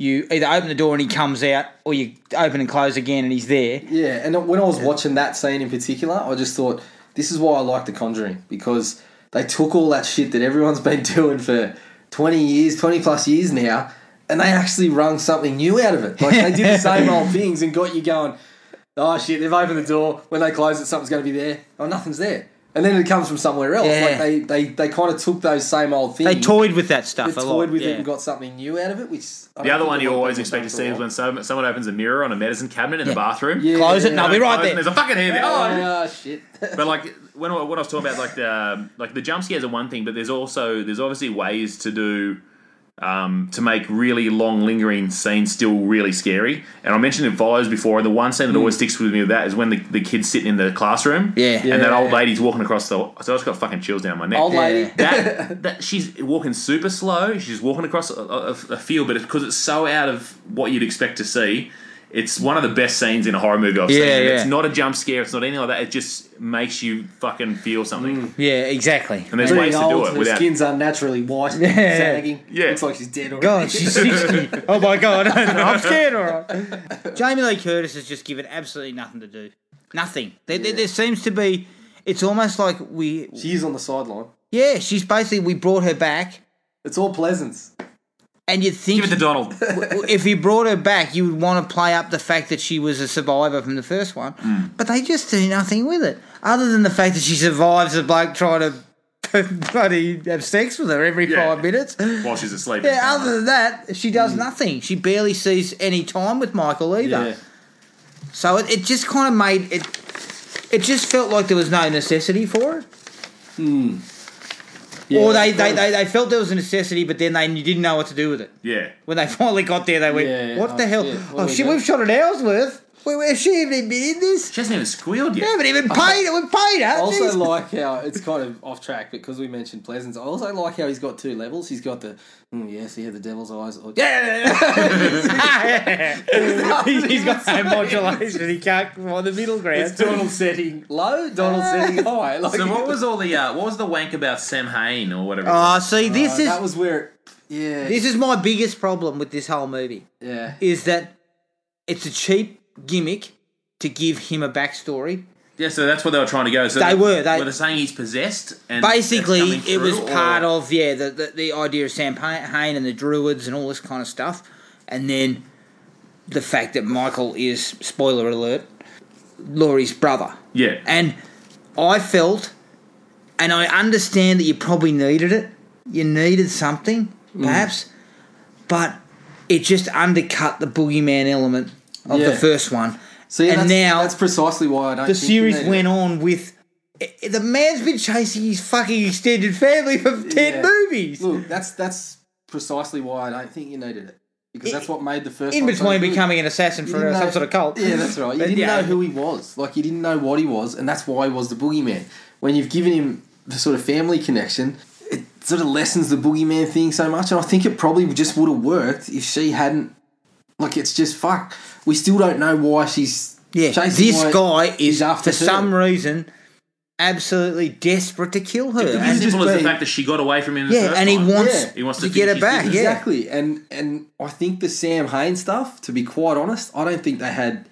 S1: You either open the door and he comes out, or you open and close again and he's there.
S3: Yeah, and when I was watching that scene in particular, I just thought this is why I like The Conjuring because they took all that shit that everyone's been doing for twenty years, twenty plus years now, and they actually wrung something new out of it. Like they did the same old things and got you going. Oh shit! They've opened the door. When they close it, something's going to be there. Oh, nothing's there. And then it comes from somewhere else.
S1: Yeah.
S3: Like they, they, they kind of took those same old things.
S1: They toyed with that stuff
S3: they
S1: a
S3: toyed
S1: lot.
S3: with
S1: yeah.
S3: it and got something new out of it. Which I
S2: The
S3: don't
S2: other
S3: think
S2: one
S3: a
S2: you
S3: lot of
S2: always
S3: people
S2: expect to
S3: have
S2: see
S3: done
S2: is
S3: for a
S2: when some- someone opens a mirror on a medicine cabinet in the bathroom.
S3: Yeah.
S1: Close it, and I'll be right
S2: Close,
S1: there.
S2: and There's a fucking hand there.
S3: while.
S2: Oh,
S3: Ah, shit.
S2: but like when I, when I was talking about like the um, like the jump scares are one thing, but there's also there's obviously ways to do um, to make really long, lingering scenes still really scary. And I mentioned in Follows before, the one scene that always sticks with me with that is when the, the kid's sitting in the classroom.
S1: Yeah.
S2: And that
S3: Mm. Yeah.
S2: old lady's walking across the. So I just got fucking chills down my neck.
S3: Old
S1: Yeah.
S3: lady.
S2: that, that she's walking super slow. She's walking across a, a, a field, but because it's so out of what you'd expect to see, it's one of the best scenes in a horror movie I've
S1: Yeah,
S2: seen. And
S1: yeah.
S2: It's not a jump scare. It's not anything like that. It just makes you fucking feel something.
S1: Mm. Yeah, exactly.
S2: And there's
S3: Really
S2: ways to do
S3: old,
S2: it
S3: her
S2: without.
S3: skin's unnaturally white, and
S1: Yeah.
S3: sagging.
S2: Yeah.
S3: Looks like she's dead already.
S1: God, she's 60. Oh my god, I'm scared, alright. Jamie Lee Curtis has just given absolutely nothing to do. Nothing. There, there, there seems to be. It's almost like we.
S3: She is on the sideline.
S1: Yeah, she's basically. We brought her back,
S3: It's all pleasance.
S1: and you'd think
S2: Give it to Donald.
S1: if you brought her back, you would want to play up the fact that she was a survivor from the first one.
S2: Mm.
S1: But they just do nothing with it, other than the fact that she survives a bloke trying to bloody have sex with her every
S2: Yeah.
S1: five minutes.
S2: while she's asleep.
S1: Yeah, other than that, she does nothing. She barely sees any time with Michael either. So it, it just kind of made it. It just felt like there was no necessity for it.
S3: Yeah.
S1: or they, they, they, they felt there was a necessity, but then they didn't know what to do with it.
S2: yeah.
S1: When they finally got there, they went,
S3: Yeah,
S1: "What
S3: oh
S1: the hell?
S3: shit, what
S1: oh
S3: we
S1: shit,
S3: got?"
S1: we've shot an hour's worth. Where, where has she even been in this?
S2: She hasn't even squealed
S1: We
S2: yet.
S1: haven't even paid her. We paid her.
S3: I also
S1: Jeez.
S3: like how it's kind of off track because we mentioned Pleasance. I also like how he's got two levels. He's got the mm, yes, he had the devil's eyes. Or, yeah,
S1: He's- he's got no modulation. He can't come on the middle ground.
S3: Donald setting low, Donald setting high. Like,
S2: So what was all the uh, what was the wank about Sam Hain or whatever?
S1: Oh, see, this
S3: Uh,
S1: is
S3: that was where. It, yeah,
S1: this is my biggest problem with this whole movie.
S3: yeah,
S1: is that it's a cheap gimmick to give him a backstory.
S2: yeah, so that's where they were trying to go. So
S1: They were, they-
S2: were they saying he's possessed? And
S1: Basically,
S2: it's coming
S1: it was
S2: through,
S1: part
S2: or-
S1: of yeah the, the the idea of Sam Hain and the Druids and all this kind of stuff, and then the fact that Michael is spoiler alert, Laurie's brother,
S2: yeah.
S1: and I felt, and I understand that you probably needed it, you needed something
S2: Mm.
S1: perhaps, but it just undercut the boogeyman element of the
S3: Yeah.
S1: first one.
S3: So yeah,
S1: and
S3: that's,
S1: now
S3: that's precisely why I don't.
S1: the
S3: think
S1: series
S3: you need
S1: went
S3: it.
S1: on with I- I- the man's been chasing his fucking extended family for 10
S3: Yeah.
S1: movies
S3: Look, that's that's precisely why I don't think you needed it because
S1: It-
S3: that's what made the first
S1: in
S3: one so
S1: between
S3: good.
S1: becoming an assassin
S3: You
S1: for
S3: didn't
S1: uh, some
S3: know-
S1: sort of cult
S3: Yeah, that's right. You
S1: But
S3: didn't
S1: yeah.
S3: know who he was. Like you didn't know what he was, and that's why he was the boogeyman. When you've given him the sort of family connection, it sort of lessens the boogeyman thing so much. And I think it probably just would have worked if she hadn't. Like it's just fuck. We still don't know why she's
S1: yeah
S3: chasing
S1: this
S3: why
S1: guy is
S3: he's
S1: for
S3: her.
S1: some reason absolutely desperate to kill her
S2: It's
S1: And-
S2: as
S3: just
S2: simple as the
S3: being-
S2: fact that she got away from him. In the
S1: yeah
S2: first
S1: and he
S2: time.
S1: wants
S3: Yeah.
S2: He wants
S1: to
S2: to
S1: get
S2: finish
S1: her
S2: his
S1: back
S2: business.
S1: yeah
S3: Exactly, and and I think the Sam Hain stuff. To be quite honest, I don't think they had.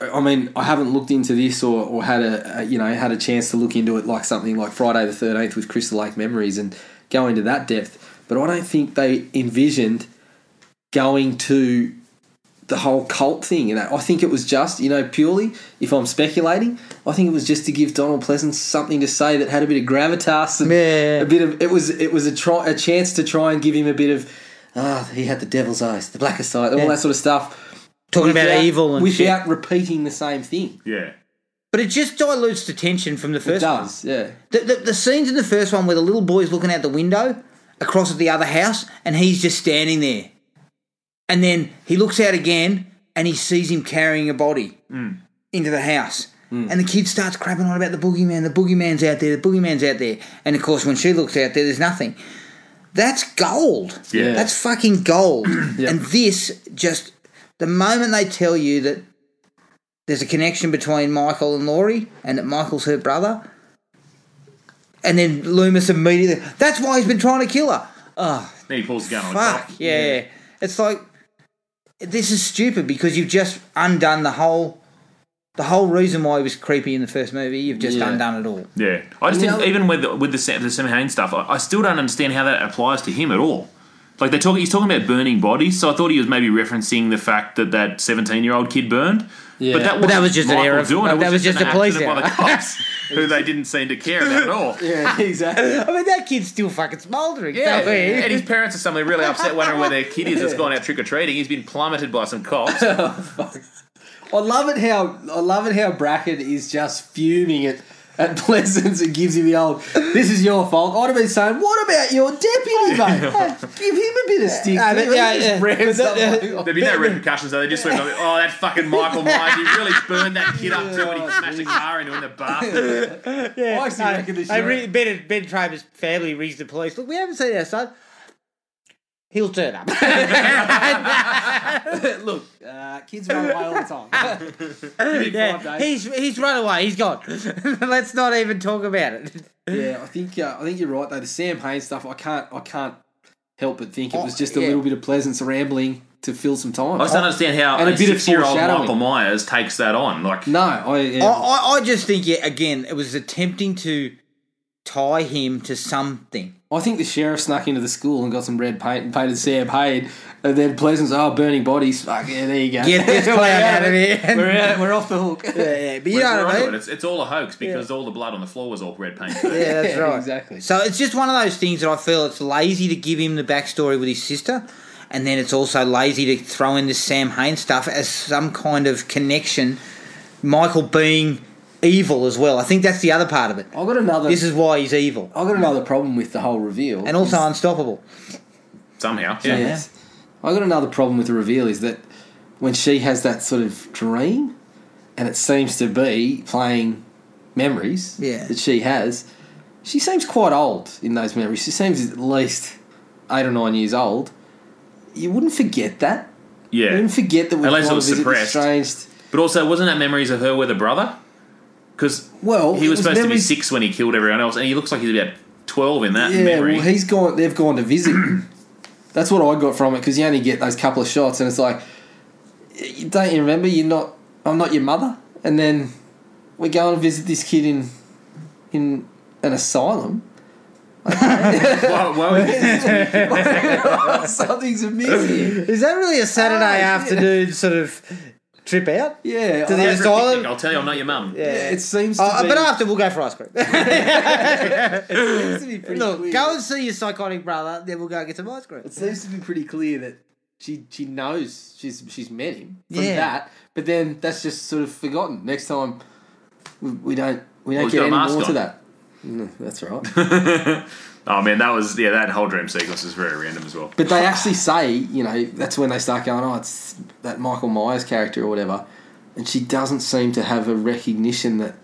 S3: I mean, I haven't looked into this or, or had a, a you know had a chance to look into it like something like Friday the Thirteenth with Crystal Lake Memories and go into that depth. But I don't think they envisioned going to the whole cult thing. You know, I think it was just you know purely if I'm speculating, I think it was just to give Donald Pleasance something to say that had a bit of gravitas and
S1: Yeah.
S3: a bit of it was it was a try, a chance to try and give him a bit of ah he had the devil's eyes, the blackest eye, all that sort of stuff.
S1: talking about
S3: without-
S1: evil and shit.
S3: without repeating the same thing.
S2: Yeah.
S1: but it just dilutes the tension from the
S3: It
S1: first one
S3: does, yeah.
S1: The, the, the scenes in the first one where the little boy's looking out the window across at the other house and he's just standing there. And then he looks out again and he sees him carrying a body into the house. And the kid starts crapping on about the boogeyman, the boogeyman's out there, the boogeyman's out there. And of course, when she looks out there, there's nothing. That's gold.
S2: Yeah.
S1: That's fucking gold. And this just, the moment they tell you that there's a connection between Michael and Laurie and that Michael's her brother, and then Loomis immediately. That's why he's been trying to kill her. Oh,
S2: Then he pulls the gun on the
S1: fuck.
S2: cop.
S1: Yeah. It's like this is stupid because you've just undone the whole the whole reason why he was creepy in the first movie. You've just
S3: Yeah.
S1: undone it all.
S2: Yeah, I just
S3: And the
S2: didn't,
S3: other-
S2: even with the, with the Sam, the Sam Hain stuff, I, I still don't understand how that applies to him at all. Like they talking, he's talking about burning bodies, so I thought he was maybe referencing the fact that that seventeen year old kid burned.
S3: Yeah.
S2: But that,
S3: But
S2: wasn't
S1: that was just an
S2: Michael
S1: error of-
S2: Doing. it.
S1: that
S2: It
S1: was just
S2: an
S1: a police
S2: accident by the
S1: error.
S2: cops, who they didn't seem to care about at all.
S3: Yeah, exactly.
S1: I mean, that kid's still fucking smouldering.
S2: Yeah,
S1: so he-
S2: and his parents are suddenly really upset, wondering where their kid is that's gone out trick or treating. He's been plummeted by some cops.
S3: I love it how I love it how Brackett is just fuming at at Pleasance and gives him the old, this is your fault. I'd have been saying, what about your deputy, mate? Give him a bit of stick.
S1: No, but
S3: He
S1: yeah,
S3: just
S1: yeah.
S3: rams
S1: But that-
S3: someone.
S1: yeah.
S2: There'd be no repercussions though. They just went, oh, that fucking Michael Myers, he really burned that kid up too when he smashed a car into him in the bathroom.
S1: Yeah,
S3: I actually
S1: no,
S3: reckon this
S1: I
S3: year-
S1: re- ben, ben Traber's family rings the police. Look, we haven't seen our son. He'll turn up.
S3: Look, uh, kids run away all the time.
S1: yeah,
S3: five
S1: he's he's run away. He's gone. Let's not even talk about it.
S3: yeah, I think uh, I think you're right though. The Sam Haynes stuff, I can't I can't help but think it was just a
S1: Oh, yeah.
S3: little bit of Pleasance rambling to fill some time.
S2: I just don't understand how
S3: And a
S2: a
S3: bit of
S2: six-year-old
S3: foreshadowing.
S2: Michael Myers takes that on. Like,
S3: no, I, yeah,
S1: I, I, I just think, yeah, again, it was attempting to tie him to something.
S3: I think the sheriff snuck into the school and got some red paint and painted Sam Hayne, and then Pleasance, oh, burning bodies. Fuck yeah, there you go.
S1: Get this
S3: We're
S1: clown
S3: out of
S1: here.
S3: it. We're out, we're off the hook.
S1: Yeah, yeah, but you
S2: we're-
S1: know
S2: we're
S1: what I
S2: onto
S1: mean?
S2: it. It's, it's all a hoax because all the blood on the floor was all red paint.
S1: Yeah, that's
S3: Yeah,
S1: right.
S3: exactly.
S1: So it's just one of those things that I feel it's lazy to give him the backstory with his sister, and then it's also lazy to throw in this Sam Hain stuff as some kind of connection. Michael being evil as well. I think that's the other part of it.
S3: I got another.
S1: This is why he's evil
S3: I got another problem with the whole reveal,
S1: and also unstoppable.
S2: Somehow.
S3: Yeah.
S2: Yeah.
S3: Yes. I got another problem with the reveal is that when she has that sort of dream, and it seems to be playing memories
S1: Yeah.
S3: that she has, she seems quite old in those memories. She seems at least eight or nine years old. You wouldn't forget that. You
S2: yeah.
S3: wouldn't forget that we've
S2: Unless it
S3: gone
S2: was
S3: to visit this
S2: suppressed.
S3: strange-
S2: But also, wasn't that memories of her with her brother? Because
S3: Well,
S2: he
S3: Oh, it
S2: was, supposed
S3: memories-
S2: to be six when he killed everyone else, and he looks like he's about twelve in that
S3: Yeah,
S2: memory.
S3: well, he's gone. They've gone to visit. him. That's what I got from it because you only get those couple of shots, and it's like, y- don't you remember? You're not. I'm not your mother. And then we go and visit this kid in in an asylum.
S2: Whoa, whoa.
S3: Something's amiss here.
S1: Is that really a Saturday
S3: Oh, yeah.
S1: afternoon sort of trip out?
S3: Yeah,
S1: Do
S3: I-
S1: they-
S3: yeah,
S1: Yes, all of-
S2: I'll tell you, I'm not your mum.
S3: it seems to
S1: Uh,
S3: be.
S1: but after we'll go for ice cream.
S3: it seems to be pretty
S1: Look,
S3: clear.
S1: go and see your psychotic brother, then we'll go get some ice cream.
S3: it seems to be pretty clear that she she knows she's she's met him from
S1: Yeah.
S3: that, but then that's just sort of forgotten. Next time we, we don't we don't
S2: he's
S3: get
S2: got a
S3: any
S2: mask
S3: more to
S2: on.
S3: that. Mm, that's right.
S2: Oh man, that was yeah. That whole dream sequence is very random as well.
S3: But they actually say, you know, that's when they start going, oh, it's that Michael Myers character or whatever. And she doesn't seem to have a recognition that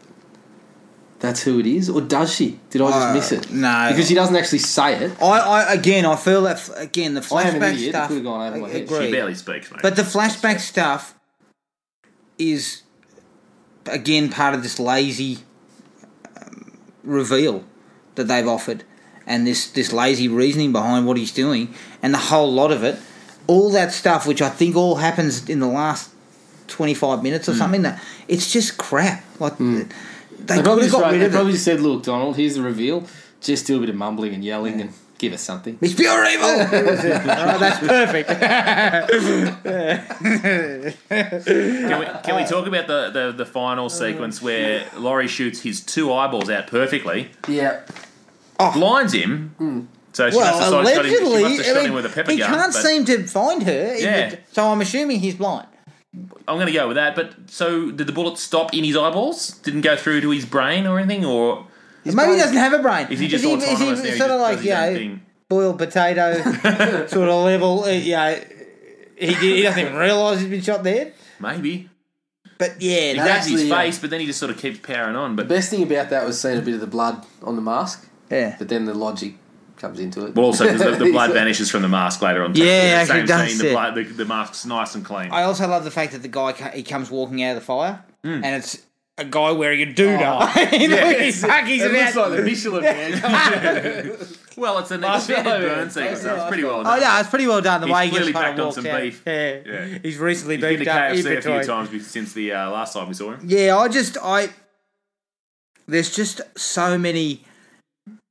S3: that's who it is. Or does she? Did I just
S1: Oh,
S3: miss it?
S1: no.
S3: Because she doesn't actually say it.
S1: I, I again, I feel that f- again the
S3: I am an
S1: flashback
S3: idiot. It
S1: stuff.
S3: could've gone over
S1: I
S3: my head.
S1: agree.
S2: She barely speaks, mate.
S1: But the flashback stuff is again part of this lazy um, reveal that they've offered, and this this lazy reasoning behind what he's doing, and the whole lot of it, all that stuff, which I think all happens in the last twenty five minutes or
S3: Hmm.
S1: something. That it's just crap. Like they,
S3: They
S1: could
S3: Hmm. probably,
S1: have
S3: just,
S1: got
S3: wrote-
S1: rid
S3: they
S1: of
S3: probably
S1: it.
S3: just said, look, Donald, here's the reveal. Just do a bit of mumbling and yelling and give us something.
S1: It's pure evil. Oh, that's perfect.
S2: Can we, can we talk about the, the, the final sequence where Laurie shoots his two eyeballs out perfectly,
S3: Yeah.
S2: blinds him, so she must have
S1: Well,
S2: shot him, she
S1: allegedly,
S2: must have shot
S1: I mean,
S2: him with a pepper
S1: he
S2: gun.
S1: can't
S2: but
S1: seem to find her. in
S2: Yeah.
S1: the- so I'm assuming he's blind.
S2: I'm going to go with that. But so did the bullet stop in his eyeballs? Didn't go through to his brain or anything, or
S1: Maybe he
S3: blind.
S1: doesn't have a brain.
S2: is he just
S1: is
S2: autonomous?
S1: he
S2: now? He
S1: sort of
S2: just
S1: like
S2: does
S1: you
S2: his own
S1: know,
S2: thing?
S1: boiled potato sort of level? Uh, you know, he, did, he doesn't even realise he's been shot there.
S2: maybe.
S1: But yeah,
S2: He
S1: no,
S2: grabs his
S3: actually, yeah.
S2: face, but then he just sort of keeps powering on. But
S3: Best thing about that was seeing a bit of the blood on the mask,
S1: yeah.
S3: but then the logic comes into it.
S2: Well, also because the, the blood vanishes from the mask later on. too.
S1: Yeah,
S2: The same
S1: actually does,
S2: scene, the,
S1: yeah.
S2: blood, the, the mask's nice and clean.
S1: I also love the fact that the guy ca- he comes walking out of the fire,
S2: Hmm.
S1: and it's a guy wearing a
S2: Oh.
S1: doodah. you know, he's, fuck, he's about-
S3: the Michelin man.
S2: well, it's an extended
S3: right,
S2: burn
S3: yeah.
S2: sequence.
S3: Yeah,
S2: That's pretty well
S1: Oh
S2: done.
S1: yeah, it's pretty well done. The
S2: He's
S1: way he
S2: clearly
S1: just kind
S2: packed
S1: of
S2: on
S1: walks
S2: some
S1: out.
S2: beef.
S1: Yeah.
S2: Yeah.
S1: he's recently
S2: He's been
S1: beefed
S2: to
S1: up. in
S2: KFC a few
S1: between.
S2: times be- since the uh, last time we saw him.
S1: Yeah, I just I there's just so many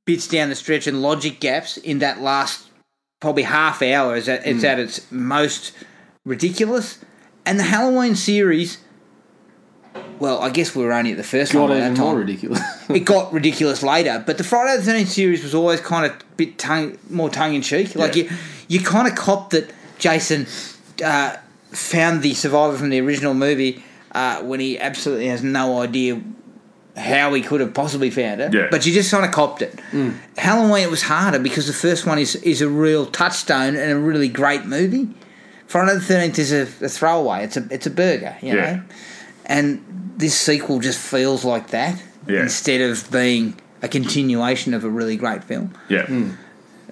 S1: bits down the stretch and logic gaps in that last probably half hour is that
S3: Hmm.
S1: it's at its most ridiculous. And the Halloween series well, I guess we were only at the first
S3: Got
S1: one at
S3: even
S1: that
S3: more
S1: time.
S3: ridiculous.
S1: It got ridiculous later, but the Friday the Thirteenth series was always kind of a bit tongue, more tongue in cheek. Like
S2: Yeah.
S1: you, you kind of copped that Jason uh, found the survivor from the original movie uh, when he absolutely has no idea how we could have possibly found it.
S2: Yeah.
S1: But you just kind of copped it. Halloween it was harder because the first one is is a real touchstone and a really great movie. Friday the Thirteenth is a, a throwaway. It's a it's a burger, you
S2: Yeah.
S1: know. And this sequel just feels like that
S2: Yeah.
S1: instead of being a continuation of a really great film.
S2: Yeah.
S1: And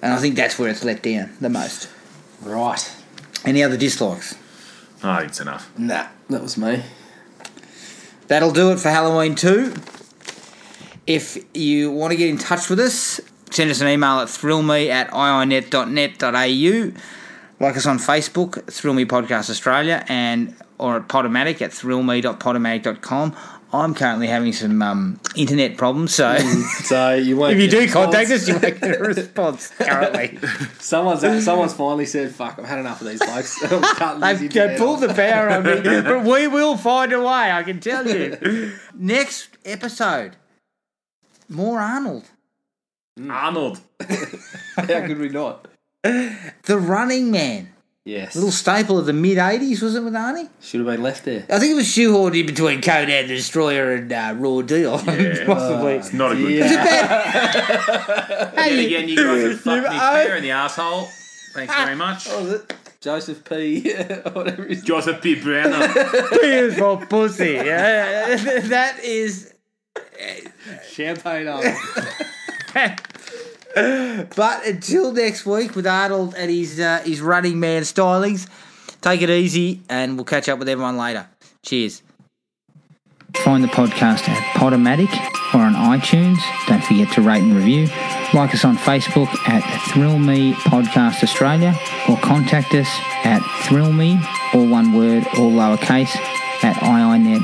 S1: I think that's where it's let down the most.
S3: Right.
S1: Any other dislikes?
S2: I think Ah, it's enough.
S3: Nah, that was me.
S1: That'll do it for Halloween 2. If you want to get in touch with us, send us an email at thrillme at iinet.net.au. Like us on Facebook, Thrill Me Podcast Australia, and or at Podomatic at thrillme.podomatic.com. I'm currently having some um, internet problems, so if
S3: So you won't.
S1: you
S3: get
S1: do contact
S3: response.
S1: us, you won't get a response currently.
S3: someone's someone's finally said, "Fuck, I've had enough of these blokes."
S1: They've they pulled the power on me, but we will find a way. I can tell you. Next episode, more Arnold,
S2: Hmm. Arnold.
S3: How could we not?
S1: the Running Man,
S3: Yes.
S1: little staple of the mid '80s, was it with Arnie?
S3: Should have been left there.
S1: I think it was shoehorned in between Conan the Destroyer and uh, Raw Deal,
S2: Yeah.
S1: possibly.
S2: It's not a good
S3: Yeah.
S2: yeah.
S1: Hey,
S2: Again, you guys have fucked me
S1: You've owned-
S2: fair in the asshole. Thanks very much.
S1: Oh.
S3: What was it? Joseph P. whatever his
S2: Joseph P. Brenner.
S1: peers for pussy. Yeah, that is
S3: champagne on.
S1: But until next week with Arnold and his uh, his running man stylings, take it easy, and we'll catch up with everyone later. Cheers. Find the podcast at Podomatic or on iTunes. Don't forget to rate and review. Like us on Facebook at Thrill Me Podcast Australia or contact us at thrillme, all one word, all lowercase, at iinet.net.au.